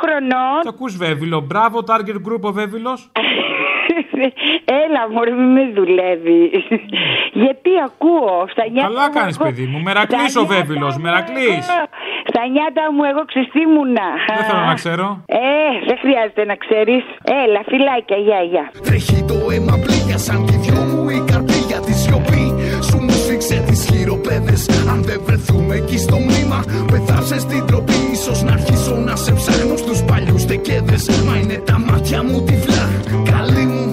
[SPEAKER 4] χρονών.
[SPEAKER 2] Τι ακούς βέβυλο, μπράβο, target group ο βέβυλος.
[SPEAKER 4] Έλα, μωρέ, μη με δουλεύεις. Γιατί ακούω στα νιάτα
[SPEAKER 2] Καλά
[SPEAKER 4] μου
[SPEAKER 2] κάνεις
[SPEAKER 4] εγώ-
[SPEAKER 2] παιδί μου, μερακλής ο βέβυλος, μερακλής.
[SPEAKER 4] Στα νιάτα μου εγώ ξυστήμουνα.
[SPEAKER 2] Δεν θέλω να ξέρω.
[SPEAKER 4] Ε, δεν χρειάζεται να ξέρεις. Έλα, φυλάκια, γεια, γεια.
[SPEAKER 34] Τρέχει το αίμα πλήγια σαν τη δυο μου η καρδιά τη σιωπή. Σου μου σφίξε τις χειροπέδες. Αν δεν βρεθούμε εκεί στο μνήμα, πεθάσε στην τροπή. Ίσως να αρχίσω να σε ψάχνω στους παλιούς τεκέδες. Μα είναι τα μάτια μου τυφλά, καλή μου.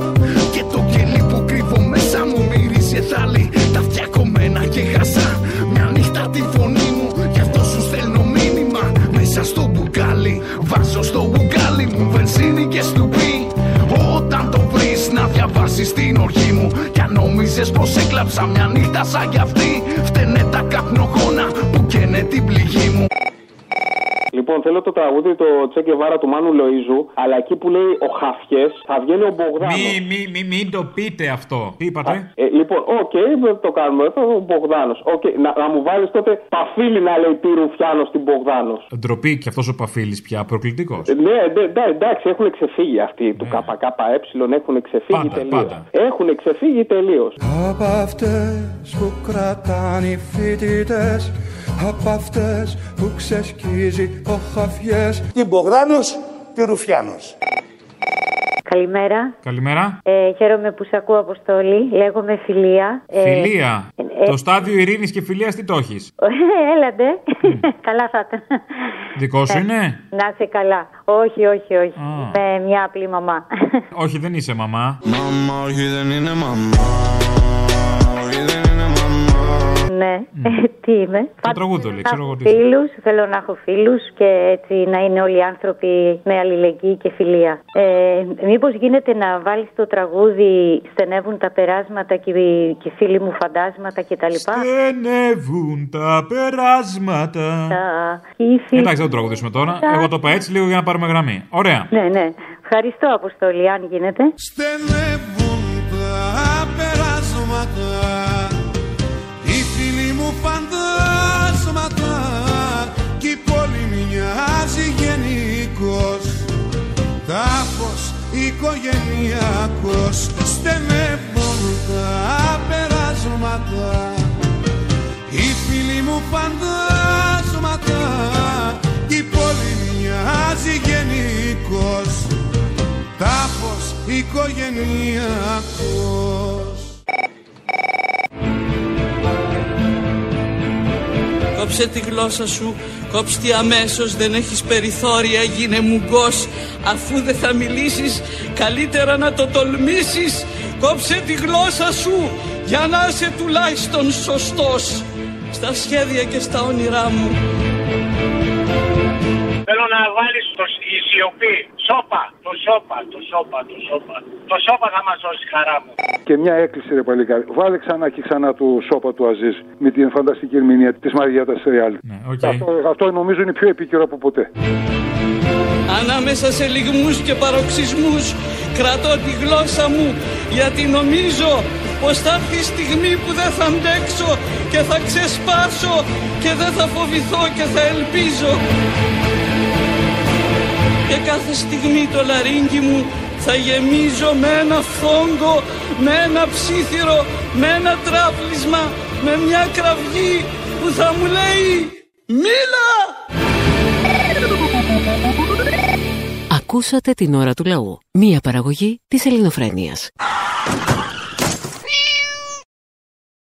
[SPEAKER 34] Και το κελί που κρύβω μέσα μου μυρίζει θάλη. Τα αυτιά κομμένα και χασά. Μια νύχτα τη φωνή μου, γι' αυτό σου στέλνω μήνυμα. Μέσα στο μπουκάλι, βάζω στο μπουκάλι μου βενζίνη και στουπί. Όταν το βρεις να διαβάσεις την οργή μου Κι αν νόμιζες πως έκλαψα μια νύχτα σαν κι αυτή Φταίνε τα καπνογόνα που καίνε την πληγή μου
[SPEAKER 9] Λοιπόν, θέλω το τραγούδι το Τσέκε Βάρα του Μάνου Λοίζου, αλλά εκεί που λέει ο Χαφιές θα βγαίνει ο Μπογδάνος.
[SPEAKER 2] Μη, μη, μη, μην το πείτε αυτό. Τι είπατε.
[SPEAKER 9] Ε, λοιπόν, οκ, δεν το κάνουμε. εδώ, ο Μπογδάνος. να, να μου βάλεις τότε παφίλι να λέει τι Ρουφιάνο στην Μπογδάνος.
[SPEAKER 2] Ντροπή και αυτός ο Παφίλης πια, προκλητικός.
[SPEAKER 9] Ε, Ναι, ναι, ναι, εντάξει, έχουν ξεφύγει αυτοί του ΚΚΕ, έχουν ξεφύγει
[SPEAKER 2] Ναι. Πάντα,
[SPEAKER 9] τελείως.
[SPEAKER 2] πάντα.
[SPEAKER 9] Έχουν ξεφύγει τελείως.
[SPEAKER 14] Απ' αυτές που κρατάνε οι φοιτητές Απ' αυτές που ξεσκίζει ο χαφιές
[SPEAKER 35] Τι Μπογδάνος, τι Ρουφιάνος.
[SPEAKER 23] Καλημέρα.
[SPEAKER 2] Καλημέρα.
[SPEAKER 23] Ε, χαίρομαι που σε ακούω, Αποστόλη. Λέγομαι Φιλία. Ε,
[SPEAKER 2] Φιλία.
[SPEAKER 23] ε,
[SPEAKER 2] Το στάδιο ειρήνης και φιλίας τι το έχεις.
[SPEAKER 23] ε, έλατε. καλά θα ήταν.
[SPEAKER 2] Δικό σου είναι.
[SPEAKER 23] Να είσαι καλά. Όχι, όχι, όχι. Είμαι μια απλή μαμά.
[SPEAKER 2] Όχι, δεν είσαι μαμά.
[SPEAKER 14] Μαμά, όχι δεν είναι μαμά
[SPEAKER 23] ναι. Τι είμαι.
[SPEAKER 2] Το τραγούδι λέει, Ε, ξέρω εγώ τι. είσαι.
[SPEAKER 23] Φίλους, θέλω να έχω φίλους και έτσι να είναι όλοι οι άνθρωποι με αλληλεγγύη και φιλία. Ε, Μήπως γίνεται να βάλεις το τραγούδι Στενεύουν τα περάσματα και, οι- και οι φίλοι μου φαντάσματα κτλ.
[SPEAKER 2] Στενεύουν τα περάσματα. Εντάξει, δεν το τραγουδήσουμε τώρα.
[SPEAKER 23] Τα-
[SPEAKER 2] Εγώ το είπα έτσι λίγο για να πάρουμε γραμμή. Ωραία.
[SPEAKER 23] Ναι, ναι. Ευχαριστώ, Αποστολή, αν γίνεται.
[SPEAKER 34] Στενεύουν τα περάσματα Οι φίλοι μου φαντάσματα Κι η πόλη μοιάζει γενικός Τάφος οικογενειακός Στενεύουν τα περάσματα
[SPEAKER 14] φαντάσματα κι η πόλη μοιάζει γενικός τάφος οικογενειακός
[SPEAKER 31] Κόψε τη γλώσσα σου, κόψτε αμέσως, δεν έχεις περιθώρια, γίνε μουγκός. Αφού δεν θα μιλήσεις, καλύτερα να το τολμήσεις. Κόψε τη γλώσσα σου, για να είσαι τουλάχιστον σωστός. Στα σχέδια και στα όνειρά μου.
[SPEAKER 5] Θέλω να βάλεις το σ- η σιωπή. Σόπα, το σόπα, το σόπα, το σόπα. Το σόπα θα μας σώσει χαρά μου.
[SPEAKER 32] Και μια έκκληση, ρε παλικάρι. Βάλε ξανά και ξανά του σώπα του Αζής με την φανταστική ερμηνεία της Μαριάτα Ρεάλ. Αυτό, αυτό νομίζω είναι πιο επίκαιρο από ποτέ.
[SPEAKER 31] Ανάμεσα σε λιγμούς και παροξισμούς κρατώ τη γλώσσα μου γιατί νομίζω πως θα έρθει η στιγμή που δεν θα αντέξω και θα ξεσπάσω και δεν θα φοβηθώ και θα ελπίζω. Και κάθε στιγμή το λαρίνκι μου θα γεμίζω με ένα φθόγκο, με ένα ψήθυρο, με ένα τράπλισμα, με μια κραυγή που θα μου λέει «Μίλα!»
[SPEAKER 30] Ακούσατε την ώρα του λαού. Μία παραγωγή της ελληνοφρένειας.